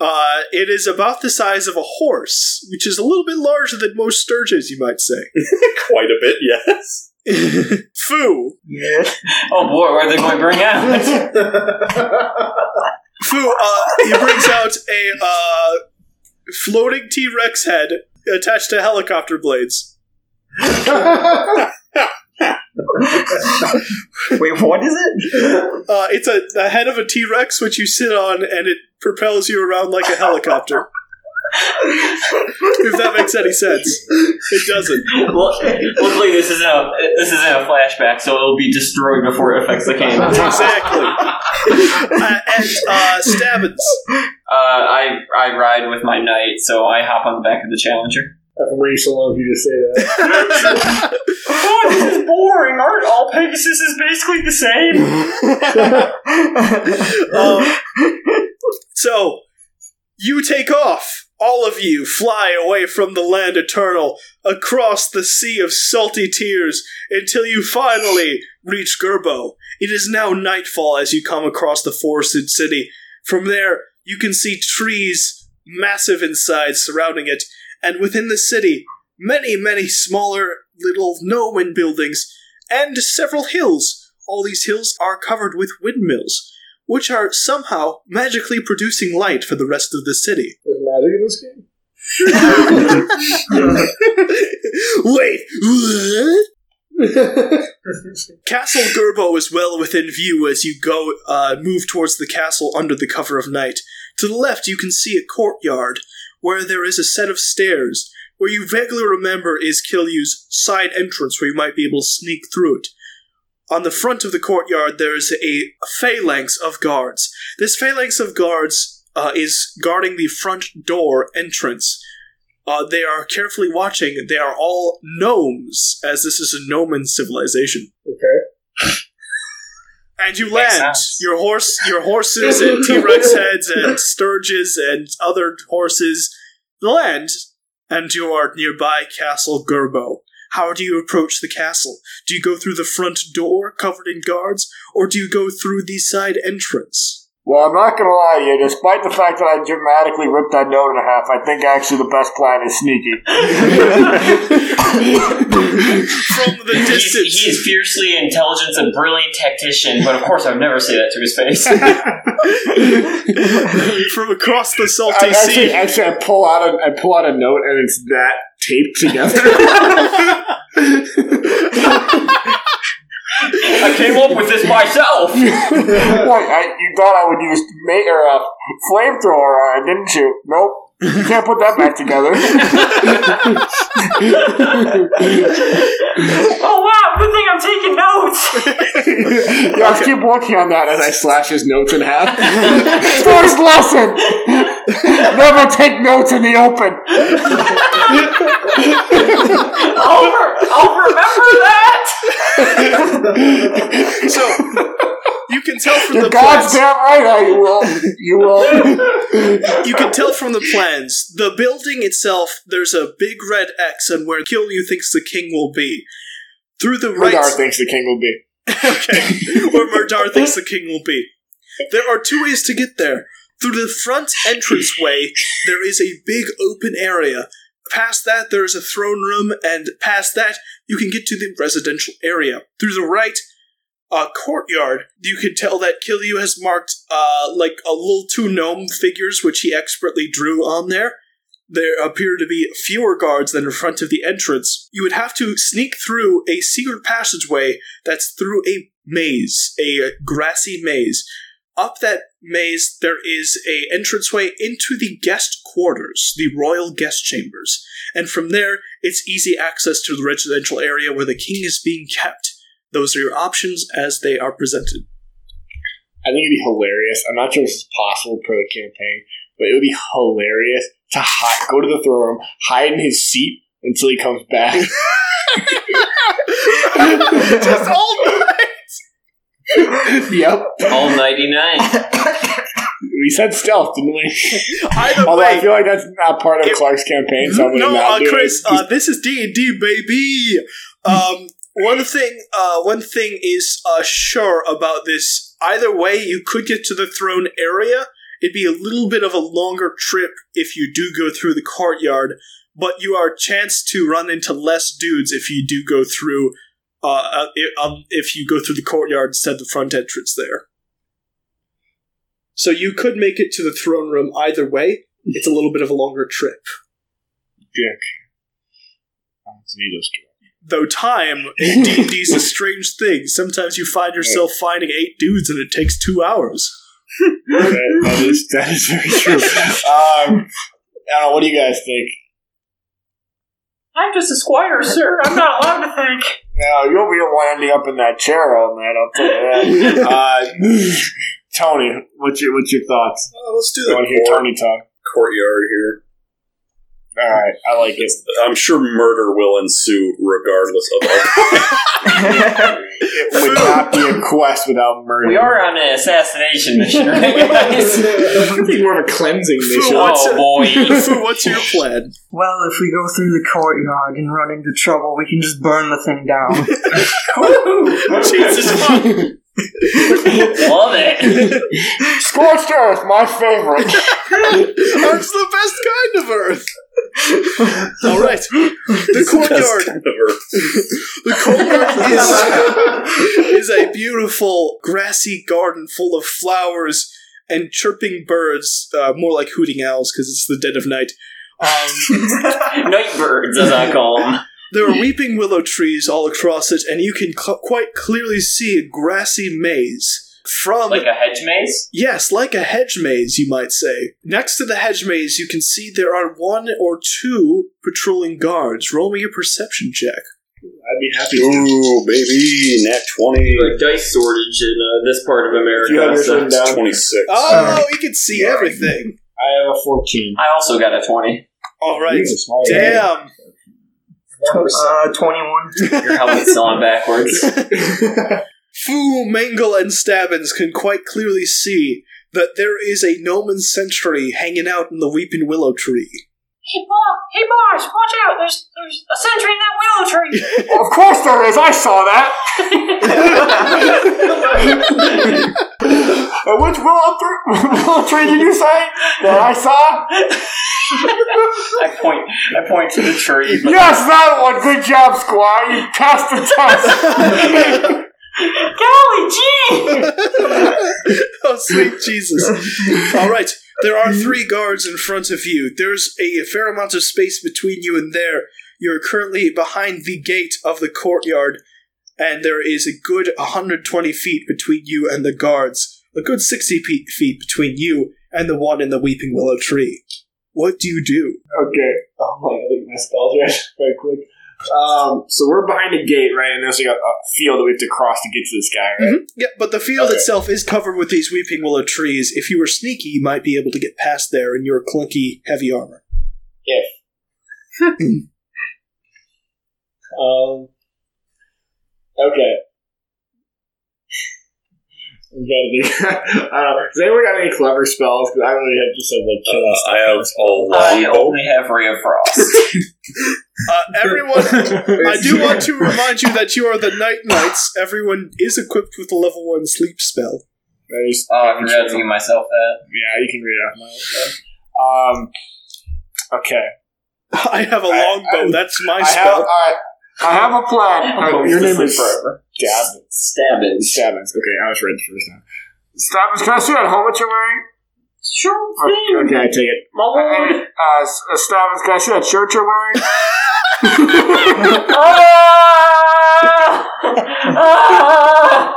[SPEAKER 1] uh, it is about the size of a horse, which is a little bit larger than most Sturges, you might
[SPEAKER 4] Quite a bit, yes.
[SPEAKER 1] say. Foo.
[SPEAKER 2] Oh boy, what are they going to bring out?
[SPEAKER 1] Foo, uh, he brings out a uh, floating T Rex head attached to helicopter blades.
[SPEAKER 6] Wait, what is it?
[SPEAKER 1] Uh, it's a, a head of a T Rex which you sit on and it propels you around like a helicopter. if that makes any sense, it doesn't.
[SPEAKER 2] Well, Luckily, this isn't a this isn't a flashback, so it'll be destroyed before it affects the game. Uh,
[SPEAKER 1] Exactly. Uh, and uh, Stabbins.
[SPEAKER 2] Uh, I I ride with my knight, so I hop on the back of the Challenger.
[SPEAKER 5] I'm waiting so long for you to say that.
[SPEAKER 2] Oh, this is boring. Aren't all Pegasus is basically the same?
[SPEAKER 1] Um, so, you take off. All of you fly away from the land eternal across the sea of salty tears until you finally reach Gerbo. It is now nightfall as you come across the forested city. From there, you can see trees massive in size surrounding it, and within the city, many, many smaller little gnomon buildings, and several hills. All these hills are covered with windmills, which are somehow magically producing light for the rest of the city.
[SPEAKER 3] There's magic in this game?
[SPEAKER 1] Wait, what? Castle Gerbo is well within view as you go uh, move towards the castle under the cover of night. To the left, you can see a courtyard where there is a set of stairs where you vaguely remember is Kilyu's side entrance where you might be able to sneak through it. On the front of the courtyard, there is a phalanx of guards. This phalanx of guards uh, is guarding the front door entrance. Uh, they are carefully watching. They are all gnomes, as this is a gnomon civilization.
[SPEAKER 3] Okay.
[SPEAKER 1] And you land
[SPEAKER 2] sense.
[SPEAKER 1] your horse, your horses, and T Rex heads, and sturges, and other horses. Land, and you are nearby Castle Gerbo. How do you approach the castle? Do you go through the front door covered in guards, or do you go through the side entrance?
[SPEAKER 5] Well, I'm not gonna lie to you. Despite the fact that I dramatically ripped that note in half, I think actually the best plan is sneaky.
[SPEAKER 1] From the
[SPEAKER 2] He's,
[SPEAKER 1] distance,
[SPEAKER 2] he is fiercely intelligent, a brilliant tactician, but of course I'd never say that to his face.
[SPEAKER 1] from across the
[SPEAKER 5] I,
[SPEAKER 1] salty
[SPEAKER 5] actually,
[SPEAKER 1] sea.
[SPEAKER 5] actually, I pull out a I pull out a note and it's that taped together.
[SPEAKER 2] I came up with this myself.
[SPEAKER 5] What, I, you thought I would use ma- or, uh, flamethrower on it, didn't you? Nope. You can't put that back together.
[SPEAKER 2] Oh wow, good thing I'm taking notes.
[SPEAKER 5] yeah, I'll keep working on that as I slash his notes in half. First lesson: never take notes in the open.
[SPEAKER 2] I'll, re- I'll remember that.
[SPEAKER 1] So you can tell from the
[SPEAKER 5] You're
[SPEAKER 1] plans,
[SPEAKER 5] goddamn right. I will. You will.
[SPEAKER 1] you can tell from the plans. The building itself, there's a big red X on where Kilyu thinks the king will be. Through the right,
[SPEAKER 5] Radar thinks the king will be.
[SPEAKER 1] okay, where Murdar thinks the king will be. There are two ways to get there. Through the front entranceway, there is a big open area. Past that, there is a throne room, and past that, you can get to the residential area. Through the right uh, courtyard, you can tell that Kilyu has marked uh, like a little two gnome figures, which he expertly drew on there. There appear to be fewer guards than in front of the entrance. You would have to sneak through a secret passageway that's through a maze, a grassy maze. Up that maze, there is a entranceway into the guest quarters, the royal guest chambers, and from there, it's easy access to the residential area where the king is being kept. Those are your options as they are presented.
[SPEAKER 5] I think it'd be hilarious. I'm not sure if this is possible per the campaign, but it would be hilarious to hi- go to the throne room, hide in his seat until he comes back.
[SPEAKER 1] Just all
[SPEAKER 5] yep.
[SPEAKER 2] All ninety nine.
[SPEAKER 5] We said stealth, didn't we?
[SPEAKER 1] either
[SPEAKER 5] Although I
[SPEAKER 1] way.
[SPEAKER 5] feel like that's not part of
[SPEAKER 1] If-
[SPEAKER 5] Clark's campaign, so I'm
[SPEAKER 1] No,
[SPEAKER 5] gonna not
[SPEAKER 1] uh,
[SPEAKER 5] do
[SPEAKER 1] Chris,
[SPEAKER 5] it.
[SPEAKER 1] uh, this is D and D, baby. Um, one thing, uh, one thing is uh, sure about this. Either way, you could get to the throne area. It'd be a little bit of a longer trip if you do go through the courtyard, but you are chanced to run into less dudes if you do go through. Uh, uh, i- um, if you go through the courtyard instead of the front entrance there. So you could make it to the throne room either way. It's a little bit of a longer trip. though time in D&D is a strange thing. Sometimes you find yourself finding eight dudes and it takes two hours.
[SPEAKER 5] that, that is, that is very true. Um, I don't know. What do you guys think?
[SPEAKER 6] I'm just a squire, sir. I'm not allowed to think.
[SPEAKER 5] No, you'll be the one ending up in that chair, old man. I'll tell you that. Uh, Tony, what's your what's your thoughts?
[SPEAKER 1] Uh, let's do
[SPEAKER 5] I want to hear Tony talk.
[SPEAKER 4] courtyard here.
[SPEAKER 5] All right, I like it.
[SPEAKER 4] I'm sure murder will ensue regardless of
[SPEAKER 5] It would not be a quest without murder.
[SPEAKER 2] We are on an assassination mission, right, guys?
[SPEAKER 5] It's more of a cleansing
[SPEAKER 1] mission. What's
[SPEAKER 2] Oh
[SPEAKER 1] it-
[SPEAKER 2] boy.
[SPEAKER 1] So what's your plan?
[SPEAKER 6] Well, if we go through the courtyard and run into trouble, we can just burn the thing down.
[SPEAKER 1] Jesus fuck.
[SPEAKER 2] Love it.
[SPEAKER 5] Scorched Earth, my favorite.
[SPEAKER 1] Earth's the best kind of Earth. All right. The courtyard. The courtyard is, is a beautiful grassy garden full of flowers and chirping birds, uh, more like hooting owls because it's the dead of night. Um,
[SPEAKER 2] Night birds, as I call them.
[SPEAKER 1] there are weeping willow trees all across it, and you can cl- quite clearly see a grassy maze from
[SPEAKER 2] Like a hedge maze?
[SPEAKER 1] Yes, like a hedge maze, you might say. Next to the hedge maze, you can see there are one or two patrolling guards. Roll me a perception check.
[SPEAKER 4] I'd be happy. Ooh, baby, nat twenty.
[SPEAKER 2] Like dice shortage in uh, this part of
[SPEAKER 3] You have
[SPEAKER 2] America.
[SPEAKER 3] yours
[SPEAKER 2] so-
[SPEAKER 3] written down.
[SPEAKER 4] Twenty six.
[SPEAKER 1] Oh, you can see everything.
[SPEAKER 3] I have a 14.
[SPEAKER 2] I also got a 20.
[SPEAKER 1] All right.
[SPEAKER 3] Jesus, my God.
[SPEAKER 1] Damn.
[SPEAKER 6] Uh, 21.
[SPEAKER 2] Your helmet's still on backwards.
[SPEAKER 1] Fu, Mangle, and Stabbins can quite clearly see that there is a gnomon sentry hanging out in the weeping willow tree.
[SPEAKER 7] Hey, Bob! Hey, Boris! Watch out! There's there's a sentry in that willow tree.
[SPEAKER 5] of course there is. I saw that. And Uh, which willow, tr- willow tree did you say that I saw?
[SPEAKER 2] I point I point to the tree. but-
[SPEAKER 5] Yes, that one. Good job, squad. You passed the test.
[SPEAKER 7] Golly gee!
[SPEAKER 1] oh, sweet Jesus. All right. There are three guards in front of you. There's a fair amount of space between you and there. You're currently behind the gate of the courtyard, and there is a good 120 feet between you and the guards. A good 60 feet, feet between you and the one in the Weeping Willow tree. What do you do?
[SPEAKER 3] Okay. Oh my, I think my spells right very quick. Um, so we're behind a gate, right? And there's like a, a field that we have to cross to get to this guy, right?
[SPEAKER 1] Yeah, but the field
[SPEAKER 3] Okay.
[SPEAKER 1] itself is covered with these Weeping Willow trees. If you were sneaky, you might be able to get past there in your clunky, heavy armor.
[SPEAKER 3] Um, okay. I'm trying to think. I don't know. Has anyone got any clever spells? Because I really have just have like killing
[SPEAKER 4] Uh, I have a
[SPEAKER 2] I
[SPEAKER 4] longbow.
[SPEAKER 2] only have Ray of Frost.
[SPEAKER 1] Uh, everyone,
[SPEAKER 3] spells.
[SPEAKER 1] I do want to remind you that you are the Night Knights. Everyone is equipped with a level 1 sleep spell.
[SPEAKER 3] I just-
[SPEAKER 2] Oh, I forgot to give myself that.
[SPEAKER 3] yeah, you can read it off my own Um, okay.
[SPEAKER 1] I have a
[SPEAKER 3] I-
[SPEAKER 1] longbow.
[SPEAKER 3] I-
[SPEAKER 1] That's
[SPEAKER 3] I
[SPEAKER 1] my
[SPEAKER 3] have, uh,
[SPEAKER 1] spell.
[SPEAKER 3] I, I have a plan.
[SPEAKER 5] Oh,
[SPEAKER 3] Uh, your name is
[SPEAKER 2] forever.
[SPEAKER 3] Dab.
[SPEAKER 2] Stabbing.
[SPEAKER 3] Stabbins. Okay, I was right the first time. Stabbins, can I see that helmet you're wearing?
[SPEAKER 7] Sure
[SPEAKER 3] Okay,
[SPEAKER 7] thing.
[SPEAKER 3] okay, I take it.
[SPEAKER 7] My lord.
[SPEAKER 3] Uh, S- uh, Stabbins, can I see that shirt you're wearing?
[SPEAKER 7] Ah! Ah!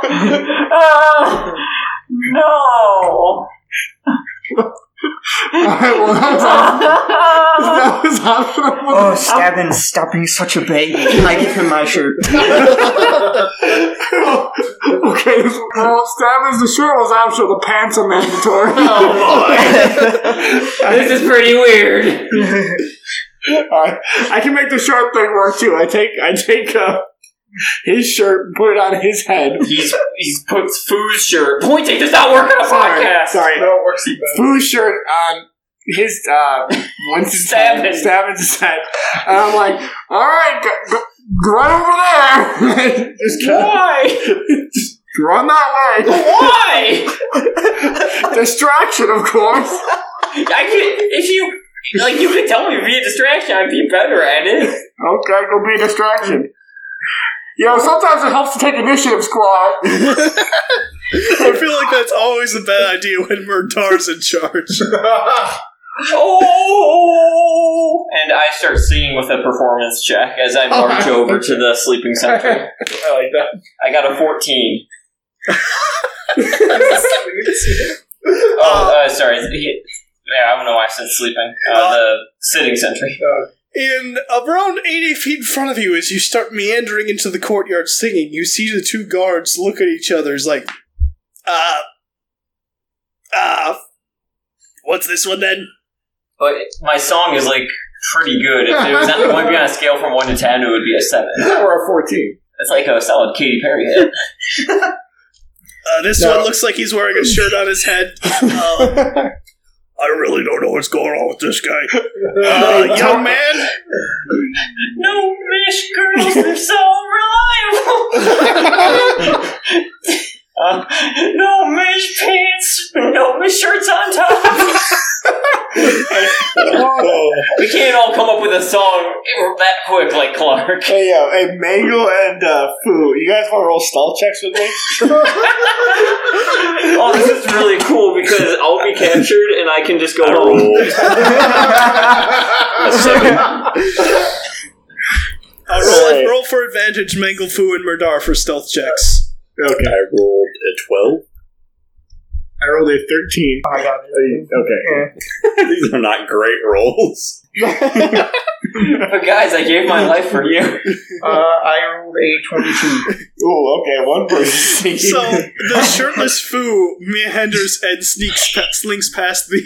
[SPEAKER 7] Ah! No.
[SPEAKER 5] Alright, well, that's awesome. That was awesome.
[SPEAKER 6] Oh, Stabbin, stop being such a baby. I give him my shirt.
[SPEAKER 5] okay, this- well, Stabbins, the shirt was optional. The pants are mandatory.
[SPEAKER 2] This is pretty weird.
[SPEAKER 5] Alright, I can make the shirt thing work too. I take, I take uh, his shirt and put it on his head.
[SPEAKER 2] He's he's puts Foo's shirt. Pointing does not work on a podcast.
[SPEAKER 5] Sorry,
[SPEAKER 3] No, it works
[SPEAKER 5] Foo's shirt on his uh once his head,
[SPEAKER 2] Stabbins.
[SPEAKER 5] Stabbins' head. And I'm like, all right, go, go, right over there. just go,
[SPEAKER 2] Why?
[SPEAKER 5] just run that way.
[SPEAKER 2] Why?
[SPEAKER 5] Distraction, of course.
[SPEAKER 2] I could if you like you could tell me via distraction. I'd be better at it.
[SPEAKER 5] Okay, go be a distraction. You know, sometimes it helps to take initiative, squad.
[SPEAKER 1] I feel like that's always a bad idea when Murdar's in charge.
[SPEAKER 2] Oh! And I start singing with a performance check as I march over to the sleeping sentry. I like that. I got a fourteen. Oh, uh, sorry. He- Yeah, I don't know why I said sleeping. Uh, the sitting sentry.
[SPEAKER 1] In around 80 feet in front of you, as you start meandering into the courtyard singing, you see the two guards look at each other. It's like, uh, uh, what's this one then?
[SPEAKER 2] But my song is like pretty good. If it was not, it would be on a scale from one to ten, it would be a seven.
[SPEAKER 5] Or a 14.
[SPEAKER 2] It's like a solid Katy Perry hit.
[SPEAKER 1] Uh, this
[SPEAKER 3] No.
[SPEAKER 1] one looks like he's wearing a shirt on his head. Uh, I really don't know what's going on with this guy. Uh, young man,
[SPEAKER 7] No, Mish girls, they're so reliable.
[SPEAKER 2] Uh,
[SPEAKER 7] No, Mish pants. No, Mish shirts on top.
[SPEAKER 2] we can't all come up the song that quick like Clark.
[SPEAKER 5] Hey yo, hey Mangle and uh, Foo, you guys want to roll stall checks with me?
[SPEAKER 2] oh, this is really cool because I'll be captured and I can just go home.
[SPEAKER 4] Roll.
[SPEAKER 1] Uh, roll, roll for advantage, Mangelfu and Murdar for stealth checks.
[SPEAKER 5] Okay,
[SPEAKER 4] I rolled a 12.
[SPEAKER 5] I rolled a thirteen.
[SPEAKER 6] I got it.
[SPEAKER 5] Okay,
[SPEAKER 6] Yeah.
[SPEAKER 4] These are not great rolls.
[SPEAKER 2] But guys, I gave my life for you.
[SPEAKER 6] Uh, I rolled a 22.
[SPEAKER 5] ooh, okay, one person.
[SPEAKER 1] So the shirtless Fu meanders and sneaks pa- slinks past the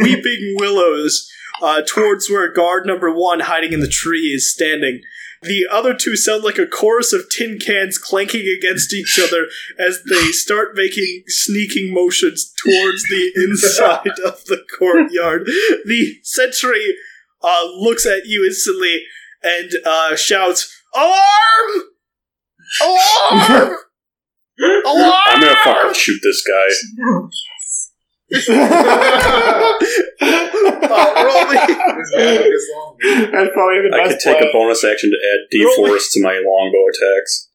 [SPEAKER 1] weeping willows uh, towards where guard number one, hiding in the tree, is standing. The other two sound like a chorus of tin cans clanking against each other as they start making sneaking motions towards the inside of the courtyard. The sentry uh, looks at you instantly and uh, shouts, "Alarm! Alarm! Alarm!"
[SPEAKER 4] I'm gonna fucking shoot this guy.
[SPEAKER 1] Uh, roll me.
[SPEAKER 5] That's probably the
[SPEAKER 4] I could
[SPEAKER 5] best
[SPEAKER 4] take a
[SPEAKER 5] plan.
[SPEAKER 4] bonus action to add D force to my longbow attacks.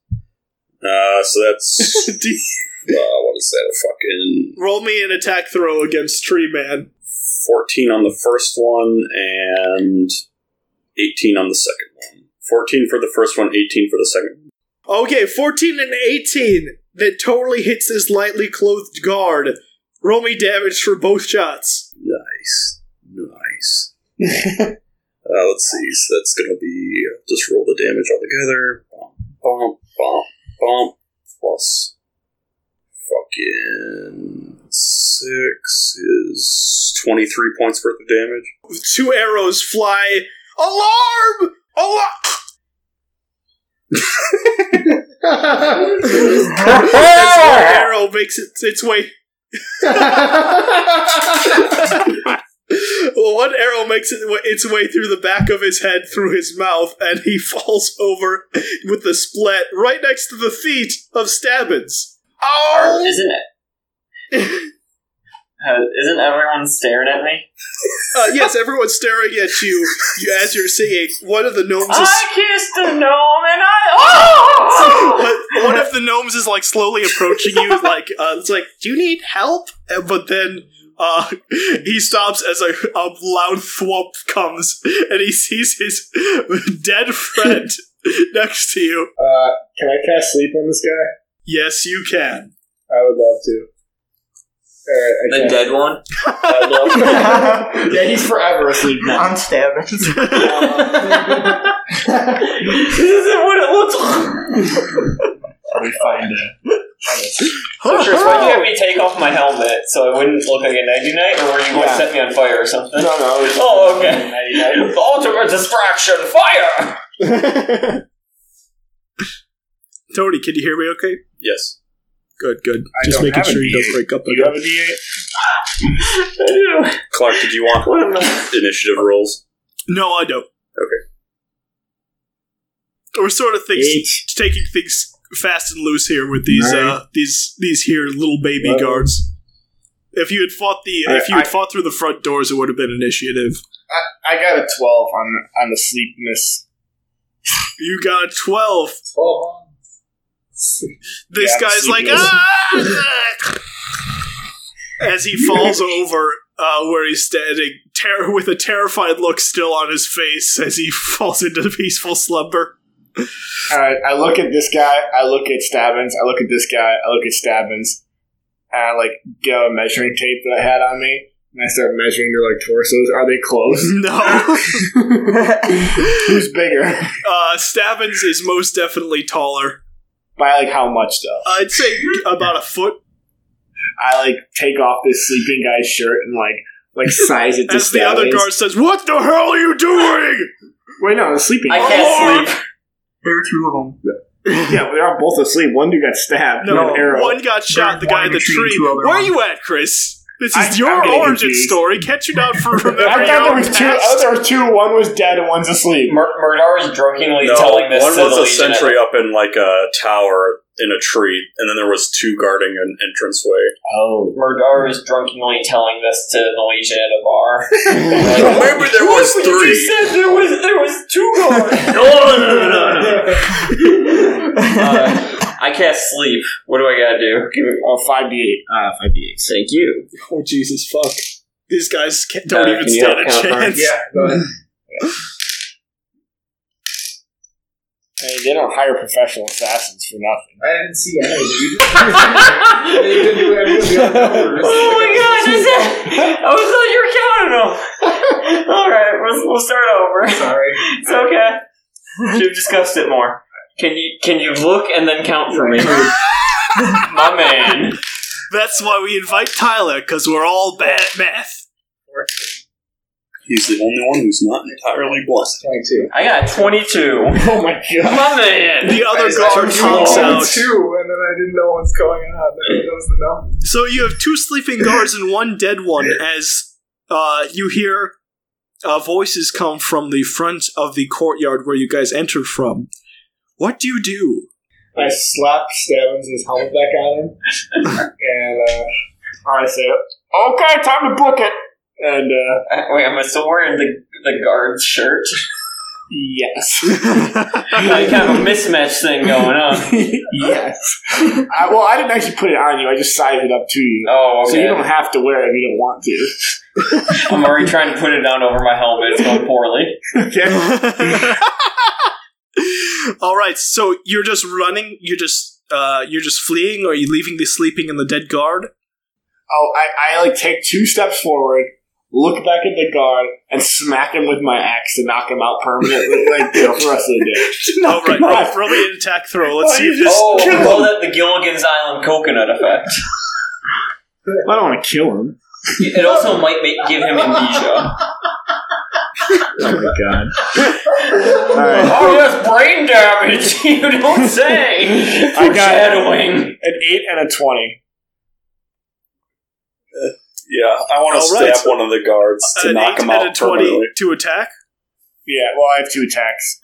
[SPEAKER 4] Uh, so that's
[SPEAKER 1] D-
[SPEAKER 4] uh, what is that? A fucking
[SPEAKER 1] roll me an attack throw against Tree Man.
[SPEAKER 4] fourteen on the first one and eighteen on the second one. Fourteen for the first one, eighteen for the second.
[SPEAKER 1] Okay, 14 and 18. That totally hits this lightly clothed guard. Roll me damage for both shots.
[SPEAKER 4] Nice, nice. uh, let's see. So that's gonna be uh, just roll the damage altogether. Bump, bump, bump, bump. Plus, fucking six is twenty-three points worth of damage.
[SPEAKER 1] Two arrows fly. Alarm! Alarm! This one arrow makes it, its way. Well, one arrow makes it, its way through the back of his head, through his mouth, and he falls over with the splat right next to the feet of Stabbins. Oh!
[SPEAKER 2] Isn't it? Uh, isn't everyone staring at me?
[SPEAKER 1] Uh, yes, everyone's staring at you, you as you're singing. One of the gnomes is.
[SPEAKER 7] I kissed a gnome and I. Oh!
[SPEAKER 1] But one of the gnomes is like slowly approaching you, like uh, it's like, "Do you need help?" Uh, But then uh, he stops as a, a loud thwomp comes, and he sees his dead friend next to you.
[SPEAKER 3] Uh, can I cast sleep on this guy?
[SPEAKER 1] Yes, you can.
[SPEAKER 3] I would love to. All right, I
[SPEAKER 2] dead one?
[SPEAKER 3] can't. yeah, he's forever asleep now.
[SPEAKER 6] I'm stabbing.
[SPEAKER 2] this isn't what it looks like.
[SPEAKER 3] We find it.
[SPEAKER 2] So, Chris, why'd you have me take off my helmet so I wouldn't look like a nighty night, or were you going to
[SPEAKER 5] Yeah.
[SPEAKER 2] set me on fire or something?
[SPEAKER 5] No, no. it was-
[SPEAKER 2] Oh, okay. The ultimate distraction, fire!
[SPEAKER 1] Tony, can you hear me? Okay.
[SPEAKER 4] Yes.
[SPEAKER 1] Good, good.
[SPEAKER 5] I
[SPEAKER 1] Just
[SPEAKER 5] don't
[SPEAKER 1] making
[SPEAKER 5] have
[SPEAKER 1] sure
[SPEAKER 5] an
[SPEAKER 1] you don't break up.
[SPEAKER 5] You have a D8?
[SPEAKER 4] Clark, did you want initiative rolls?
[SPEAKER 1] No, I don't. Okay. We're sort of things taking things fast and loose here with these uh, these these here little baby
[SPEAKER 3] Well-
[SPEAKER 1] guards. If you had fought the if you had fought through the front doors, it would have been initiative.
[SPEAKER 5] I got a 12 on on the sleepness.
[SPEAKER 1] You got a twelve. This
[SPEAKER 5] Yeah,
[SPEAKER 1] guy's like
[SPEAKER 5] absolutely.
[SPEAKER 1] ah! as he falls over uh, where he's standing, ter- with a terrified look still on his face as he falls into peaceful slumber.
[SPEAKER 5] All right, I look at this guy, I look at Stabbins, I look at this guy, I look at Stabbins, and I like get out a measuring tape that I had on me, and I start measuring their like torsos. Are they close?
[SPEAKER 1] No.
[SPEAKER 5] Who's bigger?
[SPEAKER 1] Uh, Stabbins is most definitely taller.
[SPEAKER 5] By like how much though?
[SPEAKER 1] I'd say about a foot.
[SPEAKER 5] I like take off this sleeping guy's shirt and like like size it to
[SPEAKER 1] As the other
[SPEAKER 5] Stabbins.
[SPEAKER 1] guard says, What the hell are you doing?
[SPEAKER 5] Wait, no, the sleeping.
[SPEAKER 2] I can't sleep.
[SPEAKER 6] there are two of them.
[SPEAKER 5] yeah, they're all both asleep. One dude got stabbed. with
[SPEAKER 1] No,
[SPEAKER 5] an arrow.
[SPEAKER 1] one got shot, the guy in the tree. Where are you at, Chris? This
[SPEAKER 5] I-
[SPEAKER 1] is your
[SPEAKER 5] I'm getting
[SPEAKER 1] origin
[SPEAKER 5] confused.
[SPEAKER 1] story. Catch you down for remembering
[SPEAKER 5] I
[SPEAKER 1] your
[SPEAKER 5] thought there
[SPEAKER 1] own
[SPEAKER 5] was two.
[SPEAKER 1] past.
[SPEAKER 5] Oh, there were two. One was dead and one's asleep.
[SPEAKER 2] Mur- Murdar is drunkenly
[SPEAKER 4] No,
[SPEAKER 2] telling
[SPEAKER 4] one
[SPEAKER 2] this to the
[SPEAKER 4] was a
[SPEAKER 2] Legion.
[SPEAKER 4] sentry up in like a tower in a tree, and then there was two guarding an entranceway.
[SPEAKER 5] Oh.
[SPEAKER 2] Murdar is drunkenly telling this to the Legion at a bar.
[SPEAKER 4] Maybe there was
[SPEAKER 2] But you
[SPEAKER 4] three.
[SPEAKER 2] said there was there was two guards. no, no, no, no. Uh, I cast sleep. What do I gotta do? Ah, Give me-
[SPEAKER 5] Oh, 5d8. Uh, 5d8.
[SPEAKER 2] Thank you.
[SPEAKER 1] Oh Jesus, fuck! These guys can't, don't
[SPEAKER 2] Uh,
[SPEAKER 1] even
[SPEAKER 2] can you
[SPEAKER 1] stand a
[SPEAKER 2] help count, Mark?
[SPEAKER 1] chance.
[SPEAKER 5] Yeah, go ahead. I mean, they don't hire professional assassins for nothing.
[SPEAKER 3] I didn't see any. They didn't do any of the other numbers.
[SPEAKER 2] Oh my god, that's it. I was thought you were counting them. All right, we'll, we'll start over.
[SPEAKER 3] Sorry.
[SPEAKER 2] It's okay. Should have discussed it more. Can you can you look and then count for me, my man?
[SPEAKER 1] That's why we invite Tyler because we're all bad at math.
[SPEAKER 4] He's the only one who's not entirely blessed.
[SPEAKER 3] 22.
[SPEAKER 2] I got twenty two.
[SPEAKER 5] Oh my god.
[SPEAKER 2] My man.
[SPEAKER 1] The other
[SPEAKER 3] I
[SPEAKER 1] guard
[SPEAKER 3] started
[SPEAKER 5] Oh,
[SPEAKER 1] honks
[SPEAKER 3] rolling
[SPEAKER 1] out.
[SPEAKER 3] Two, and then I didn't know what's going on. That was the number.
[SPEAKER 1] So you have two sleeping guards and one dead one as uh, you hear uh, voices come from the front of the courtyard where you guys entered from. What do you do?
[SPEAKER 3] I slap Stabbins' his helmet back on him, and uh, I say, "Okay, time to book it." And uh,
[SPEAKER 2] Uh, Wait, am I still wearing the the guard's shirt?
[SPEAKER 5] Yes.
[SPEAKER 2] I kind of a mismatch thing going on.
[SPEAKER 5] yes. I, well, I didn't actually put it on you. I just sized it up to you.
[SPEAKER 2] Oh, okay.
[SPEAKER 5] So you don't have to wear it if you don't want to.
[SPEAKER 2] I'm already trying to put it down over my helmet. It's going poorly.
[SPEAKER 1] all right, so you're just running. You're just uh, you're just fleeing, or are you leaving the sleeping and the dead guard?
[SPEAKER 5] Oh, I, I like take two steps forward, look back at the guard, and smack him with my axe to knock him out permanently, like you know, for the rest of the day.
[SPEAKER 1] All right, roll, roll me an attack throw. Let's see if this.
[SPEAKER 2] Oh, call that the Gilligan's Island coconut effect.
[SPEAKER 5] I don't want to kill him.
[SPEAKER 2] It also might make, give him amnesia.
[SPEAKER 5] Oh my god! All right,
[SPEAKER 2] Oh, yes, brain damage. you don't say.
[SPEAKER 5] I got-
[SPEAKER 2] Foreshadowing.
[SPEAKER 5] an eight and a twenty.
[SPEAKER 4] Yeah, I want to
[SPEAKER 1] All
[SPEAKER 4] stab
[SPEAKER 1] right.
[SPEAKER 4] one of the guards to
[SPEAKER 1] an
[SPEAKER 4] knock
[SPEAKER 1] eight
[SPEAKER 4] him
[SPEAKER 1] and
[SPEAKER 4] out
[SPEAKER 1] a twenty
[SPEAKER 4] permanently.
[SPEAKER 1] to attack.
[SPEAKER 5] Yeah, well, I have two attacks.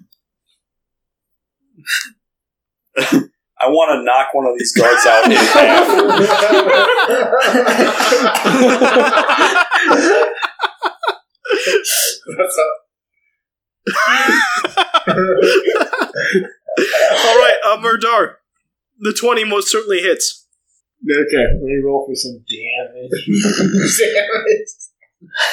[SPEAKER 4] I want to knock one of these guards out in half.
[SPEAKER 3] that's a
[SPEAKER 1] All right, uh, Murdar, the twenty most certainly hits.
[SPEAKER 5] Okay, let me roll for some damage.
[SPEAKER 3] damage.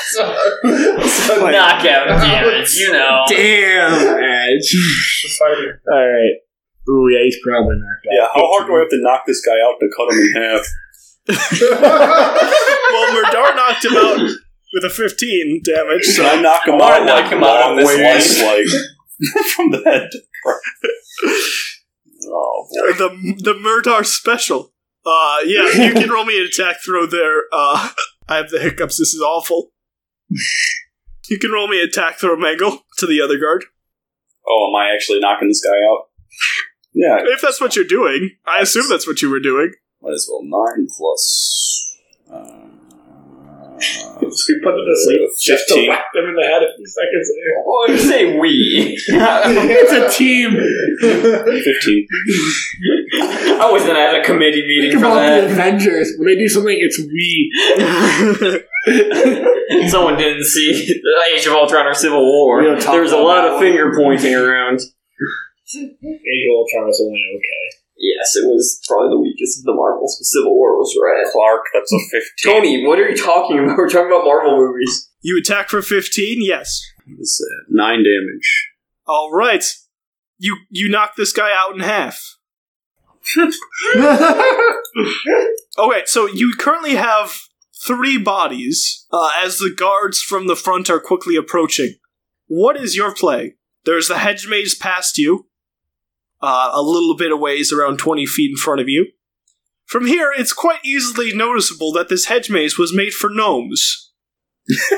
[SPEAKER 3] So, so
[SPEAKER 5] Like,
[SPEAKER 2] Knockout damage, you know.
[SPEAKER 5] damage.
[SPEAKER 3] the
[SPEAKER 5] All right. Ooh, yeah, he's probably knocked out.
[SPEAKER 4] Yeah, how hard do I have to knock this guy out to cut him in half?
[SPEAKER 3] fighter.
[SPEAKER 1] Well, Murdar knocked him out with a fifteen damage.
[SPEAKER 4] So
[SPEAKER 1] So
[SPEAKER 4] I knock him
[SPEAKER 2] I wanna
[SPEAKER 4] out
[SPEAKER 2] knock
[SPEAKER 4] like
[SPEAKER 2] him out
[SPEAKER 4] long
[SPEAKER 2] with this
[SPEAKER 4] ways, like from the head. to front. oh boy!
[SPEAKER 1] the the Murdar special. Uh, yeah, you can roll me an attack throw there. Uh, I have the hiccups. This is awful. You can roll me an attack throw, Mangle, to the other guard.
[SPEAKER 4] Oh, am I actually knocking this guy out? Yeah,
[SPEAKER 1] If that's what you're doing, I assume that's what you were doing.
[SPEAKER 4] might as well nine plus. Uh,
[SPEAKER 3] we put them to sleep. Just to
[SPEAKER 4] 15.
[SPEAKER 3] whack them in the head a few seconds later.
[SPEAKER 2] Well, you say we.
[SPEAKER 5] It's a team.
[SPEAKER 4] 15.
[SPEAKER 2] I wasn't at a committee meeting
[SPEAKER 5] Think
[SPEAKER 2] for
[SPEAKER 5] about the
[SPEAKER 2] that.
[SPEAKER 5] Avengers. When they do something, it's we.
[SPEAKER 2] Someone didn't see the Age of Ultron or Civil War.
[SPEAKER 5] We don't talk
[SPEAKER 2] There was a
[SPEAKER 5] about
[SPEAKER 2] lot
[SPEAKER 5] that
[SPEAKER 2] of
[SPEAKER 5] one.
[SPEAKER 2] finger pointing around.
[SPEAKER 5] Age of Ultron was only okay.
[SPEAKER 2] Yes, it was probably the weakest of the Marvels. but Civil War was right.
[SPEAKER 4] Clark, that's a 15.
[SPEAKER 2] Tony, what are you talking about? We're talking about Marvel movies.
[SPEAKER 1] You attack for 15? Yes.
[SPEAKER 4] What is that? uh, Nine damage.
[SPEAKER 1] All right. You you knock this guy out in half. okay, so you currently have three bodies uh, as the guards from the front are quickly approaching. What is your play? There's the hedge maze past you, uh, a little bit of ways, around 20 feet in front of you. From here, it's quite easily noticeable that this hedge maze was made for gnomes.
[SPEAKER 2] So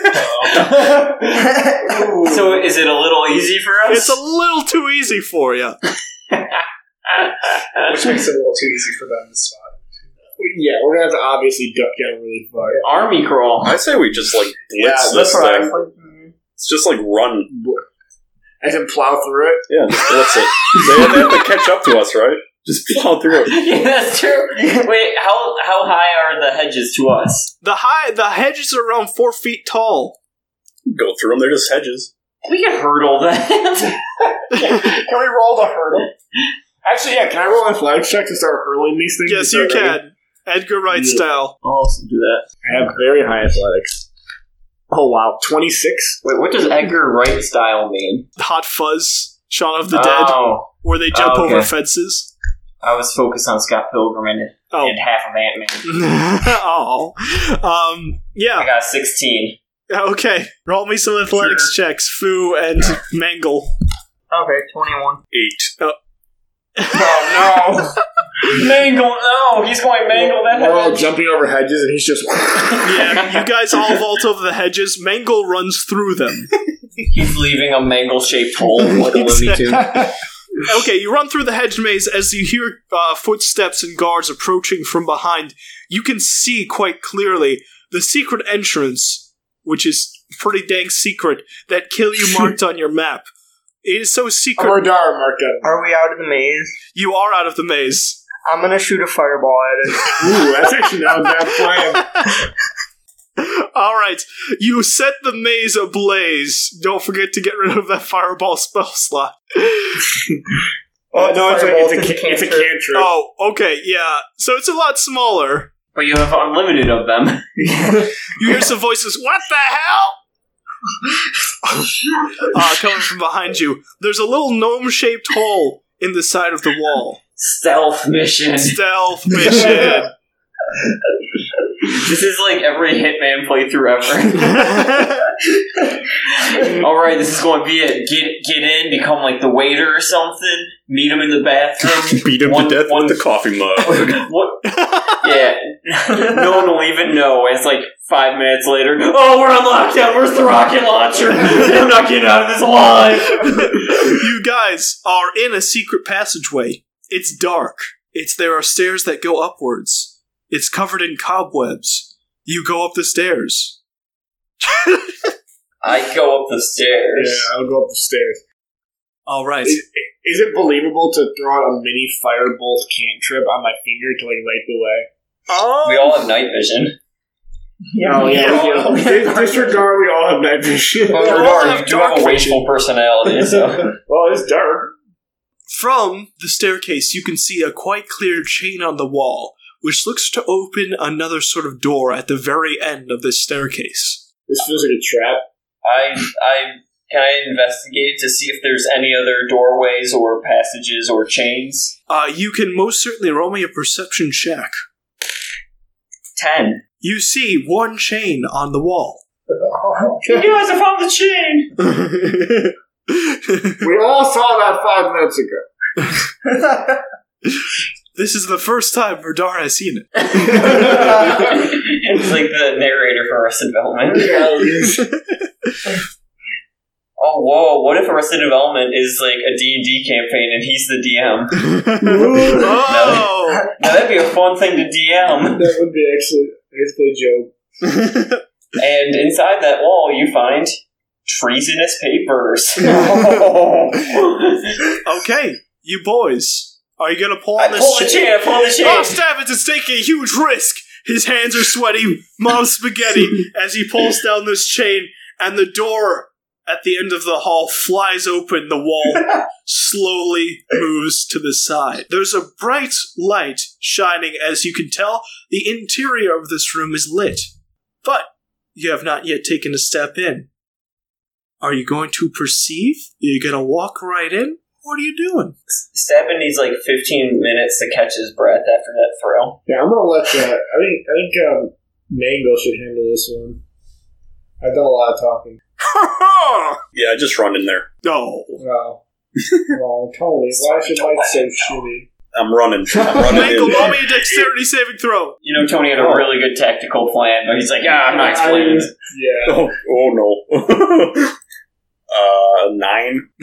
[SPEAKER 2] is it a little easy for us?
[SPEAKER 1] It's a little too easy for you.
[SPEAKER 3] Which makes it a little too easy for them to spot.
[SPEAKER 5] Yeah, we're gonna have to obviously duck down really far.
[SPEAKER 2] army crawl.
[SPEAKER 4] I say we just like blitz this thing.
[SPEAKER 6] Mm-hmm.
[SPEAKER 4] It's just like run.
[SPEAKER 5] As in plow through it.
[SPEAKER 4] Yeah, just blitz it. They, they have to catch up to us, right? Just plow through it.
[SPEAKER 2] yeah, that's true. Wait, how how high are the hedges to us?
[SPEAKER 1] The high the hedges are around four feet tall.
[SPEAKER 4] Go through them. They're just hedges.
[SPEAKER 2] We can hurdle that.
[SPEAKER 5] Can we roll the hurdle? Actually, yeah, can I roll an athletics check to start hurling these things?
[SPEAKER 1] Yes,
[SPEAKER 5] Is
[SPEAKER 1] you
[SPEAKER 5] that right?
[SPEAKER 1] can. Edgar Wright
[SPEAKER 5] Yeah.
[SPEAKER 1] style.
[SPEAKER 2] I'll also do that.
[SPEAKER 5] I have very high athletics. Oh, wow. 26?
[SPEAKER 2] Wait, what does Edgar Wright style mean?
[SPEAKER 1] Hot Fuzz, Shaun of the Dead,
[SPEAKER 2] Oh,
[SPEAKER 1] where they jump
[SPEAKER 2] Oh, okay.
[SPEAKER 1] over fences.
[SPEAKER 2] I was focused on Scott Pilgrim and,
[SPEAKER 1] Oh.
[SPEAKER 2] and half of Ant Man.
[SPEAKER 1] oh. Um,
[SPEAKER 2] I
[SPEAKER 1] yeah.
[SPEAKER 2] got a sixteen.
[SPEAKER 1] Okay. Roll me some athletics checks, Foo and Mangle.
[SPEAKER 6] Okay, 21.
[SPEAKER 4] Eight.
[SPEAKER 2] Oh no, mangle! No, he's going mangle that
[SPEAKER 5] We're all
[SPEAKER 2] hedge.
[SPEAKER 5] jumping over hedges, and he's just.
[SPEAKER 1] Yeah, you guys all vault over the hedges. Mangle runs through them.
[SPEAKER 2] He's leaving a mangle-shaped hole like a Looney Tune.
[SPEAKER 1] Okay, you run through the hedge maze as you hear uh, footsteps and guards approaching from behind. You can see quite clearly the secret entrance, which is pretty dang secret, that kill you marked on your map. It is so secret,
[SPEAKER 5] Murdar marked up.
[SPEAKER 6] Are we out of the maze?
[SPEAKER 1] you are out of the maze.
[SPEAKER 6] I'm gonna shoot a fireball at it.
[SPEAKER 5] Ooh, that's actually not a bad plan.
[SPEAKER 1] All right, you set the maze ablaze. Don't forget to get rid of that fireball spell slot.
[SPEAKER 5] Oh, no, it's a,
[SPEAKER 6] Fireball
[SPEAKER 5] it's a,
[SPEAKER 6] is a
[SPEAKER 5] ca- it's a
[SPEAKER 6] cantrip.
[SPEAKER 5] cantrip.
[SPEAKER 1] Oh, okay, yeah. So it's a lot smaller.
[SPEAKER 2] But you have unlimited of them.
[SPEAKER 1] You hear some voices. What the hell? uh, coming from behind you. There's a little gnome-shaped hole in the side of the wall.
[SPEAKER 2] Stealth mission.
[SPEAKER 1] Stealth mission.
[SPEAKER 2] This is like every Hitman playthrough ever. All right, this is going to be it. Get get in, become like the waiter or something. Meet him in the bathroom.
[SPEAKER 4] Beat him
[SPEAKER 2] One-
[SPEAKER 4] to death
[SPEAKER 2] one-
[SPEAKER 4] with the coffee mug.
[SPEAKER 2] what? Yeah, no one will even know. It's like five minutes later. Oh, we're on lockdown. Where's the rocket launcher? I'm not getting out of this alive.
[SPEAKER 1] you guys are in a secret passageway. It's dark. It's there are stairs that go upwards. It's covered in cobwebs. You go up the stairs.
[SPEAKER 2] I go up the
[SPEAKER 5] Yeah,
[SPEAKER 2] stairs.
[SPEAKER 5] I'll go up the stairs.
[SPEAKER 1] All right.
[SPEAKER 5] Is, is it believable to throw out a mini firebolt cantrip on my finger to like light the way?
[SPEAKER 1] Oh,
[SPEAKER 2] We all have night vision.
[SPEAKER 5] Oh yeah, we do. Dis- disregard. We all have night vision.
[SPEAKER 2] But
[SPEAKER 1] all
[SPEAKER 2] regard,
[SPEAKER 1] have
[SPEAKER 2] you do
[SPEAKER 1] Oh, dark
[SPEAKER 2] have a wasteful personality, so
[SPEAKER 5] well, Oh, it's dark.
[SPEAKER 1] From the staircase, you can see a quite clear chain on the wall, which looks to open another sort of door at the very end of this staircase.
[SPEAKER 5] This feels like a trap.
[SPEAKER 2] I I can I investigate to see if there's any other doorways or passages or chains.
[SPEAKER 1] Uh, you can most certainly roll me a perception check.
[SPEAKER 2] Ten.
[SPEAKER 1] You see one chain on the wall.
[SPEAKER 7] You guys have found the chain.
[SPEAKER 1] this
[SPEAKER 5] We all saw that five minutes ago.
[SPEAKER 1] is the first time Verdar has seen it.
[SPEAKER 2] it's like the narrator for Arrested Development. Oh whoa! What if Arrested Development is like a D and D campaign and he's the DM?
[SPEAKER 1] oh!
[SPEAKER 2] Now that'd be a fun thing to DM.
[SPEAKER 5] That would be actually. I guess play Joe.
[SPEAKER 2] And inside that wall, you find treasonous papers.
[SPEAKER 1] okay, you boys. Are you gonna pull
[SPEAKER 2] I
[SPEAKER 1] on this
[SPEAKER 2] pulled the
[SPEAKER 1] chain?
[SPEAKER 2] chain. I pulled the chain.
[SPEAKER 1] Oh, Stabbins is taking a huge risk. His hands are sweaty, mom's spaghetti, as he pulls down this chain, and the door at the end of the hall flies open. The wall slowly moves to the side. There's a bright light shining, as you can tell. The interior of this room is lit, but you have not yet taken a step in. Are you going to perceive? Are you going to walk right in? What are you doing?
[SPEAKER 2] Stabbin needs like 15 minutes to catch his breath after that throw.
[SPEAKER 5] Yeah, I'm gonna let that. I think. I think um, Mango should handle this one. I've done a lot of talking.
[SPEAKER 4] yeah, just run in there.
[SPEAKER 1] No.
[SPEAKER 5] Wow. Well, Tony, why should life so shitty?
[SPEAKER 4] I'm running. I'm running
[SPEAKER 1] Michael,
[SPEAKER 4] in.
[SPEAKER 1] roll me a dexterity saving throw.
[SPEAKER 2] You know, Tony had a really good tactical plan, but he's like, yeah, I'm not explaining this.
[SPEAKER 5] Yeah.
[SPEAKER 4] Oh, oh no. uh, nine.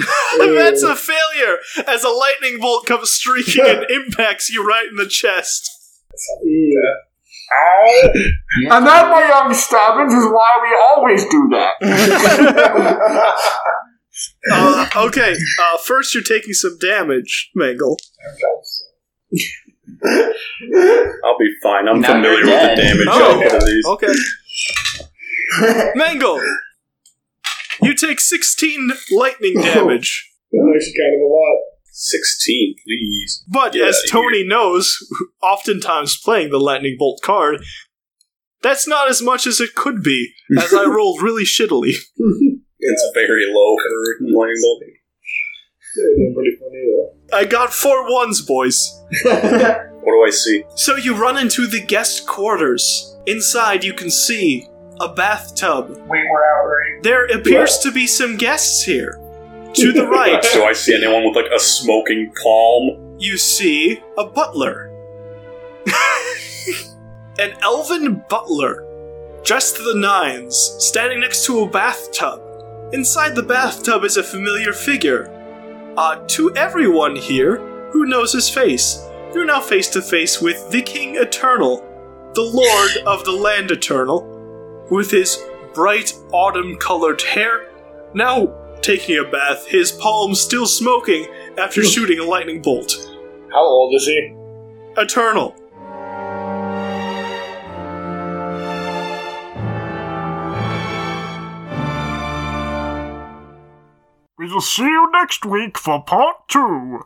[SPEAKER 1] That's a failure as a lightning bolt comes streaking and impacts you right in the chest.
[SPEAKER 3] And that, my young Stabbins, is why we always do that.
[SPEAKER 1] Uh, okay, uh, first you're taking some damage, Mangle.
[SPEAKER 4] I'll be fine. I'm
[SPEAKER 2] Now
[SPEAKER 4] familiar
[SPEAKER 2] you're
[SPEAKER 4] with
[SPEAKER 2] dead.
[SPEAKER 4] the damage
[SPEAKER 1] Oh.
[SPEAKER 4] on one of these.
[SPEAKER 1] Okay. Mangle! You take 16 lightning
[SPEAKER 4] Oh.
[SPEAKER 1] damage.
[SPEAKER 3] That's actually kind of a lot.
[SPEAKER 4] 16, please.
[SPEAKER 1] But
[SPEAKER 4] Yeah,
[SPEAKER 1] as Tony knows, oftentimes playing the lightning bolt card, that's not as much as it could be, as I rolled really shittily.
[SPEAKER 4] It's very low for lightning bolt.
[SPEAKER 3] That'd pretty funny though.
[SPEAKER 1] I got four ones, boys.
[SPEAKER 4] What do I see?
[SPEAKER 1] So you run into the guest quarters. Inside, you can see a bathtub.
[SPEAKER 6] Wait, we're out, right?
[SPEAKER 1] There appears to be some guests here. To the right,
[SPEAKER 4] Do I see anyone with like a smoking palm?
[SPEAKER 1] you see a butler. An elven butler, dressed to the nines, standing next to a bathtub. Inside the bathtub is a familiar figure. Uh, to everyone here who knows his face, you're now face to face with the King Eternal, the Lord of the Land Eternal, with his bright autumn colored hair, now taking a bath, his palms still smoking after shooting a lightning bolt.
[SPEAKER 5] How old is he?
[SPEAKER 1] Eternal.
[SPEAKER 8] We'll see you next week for part two.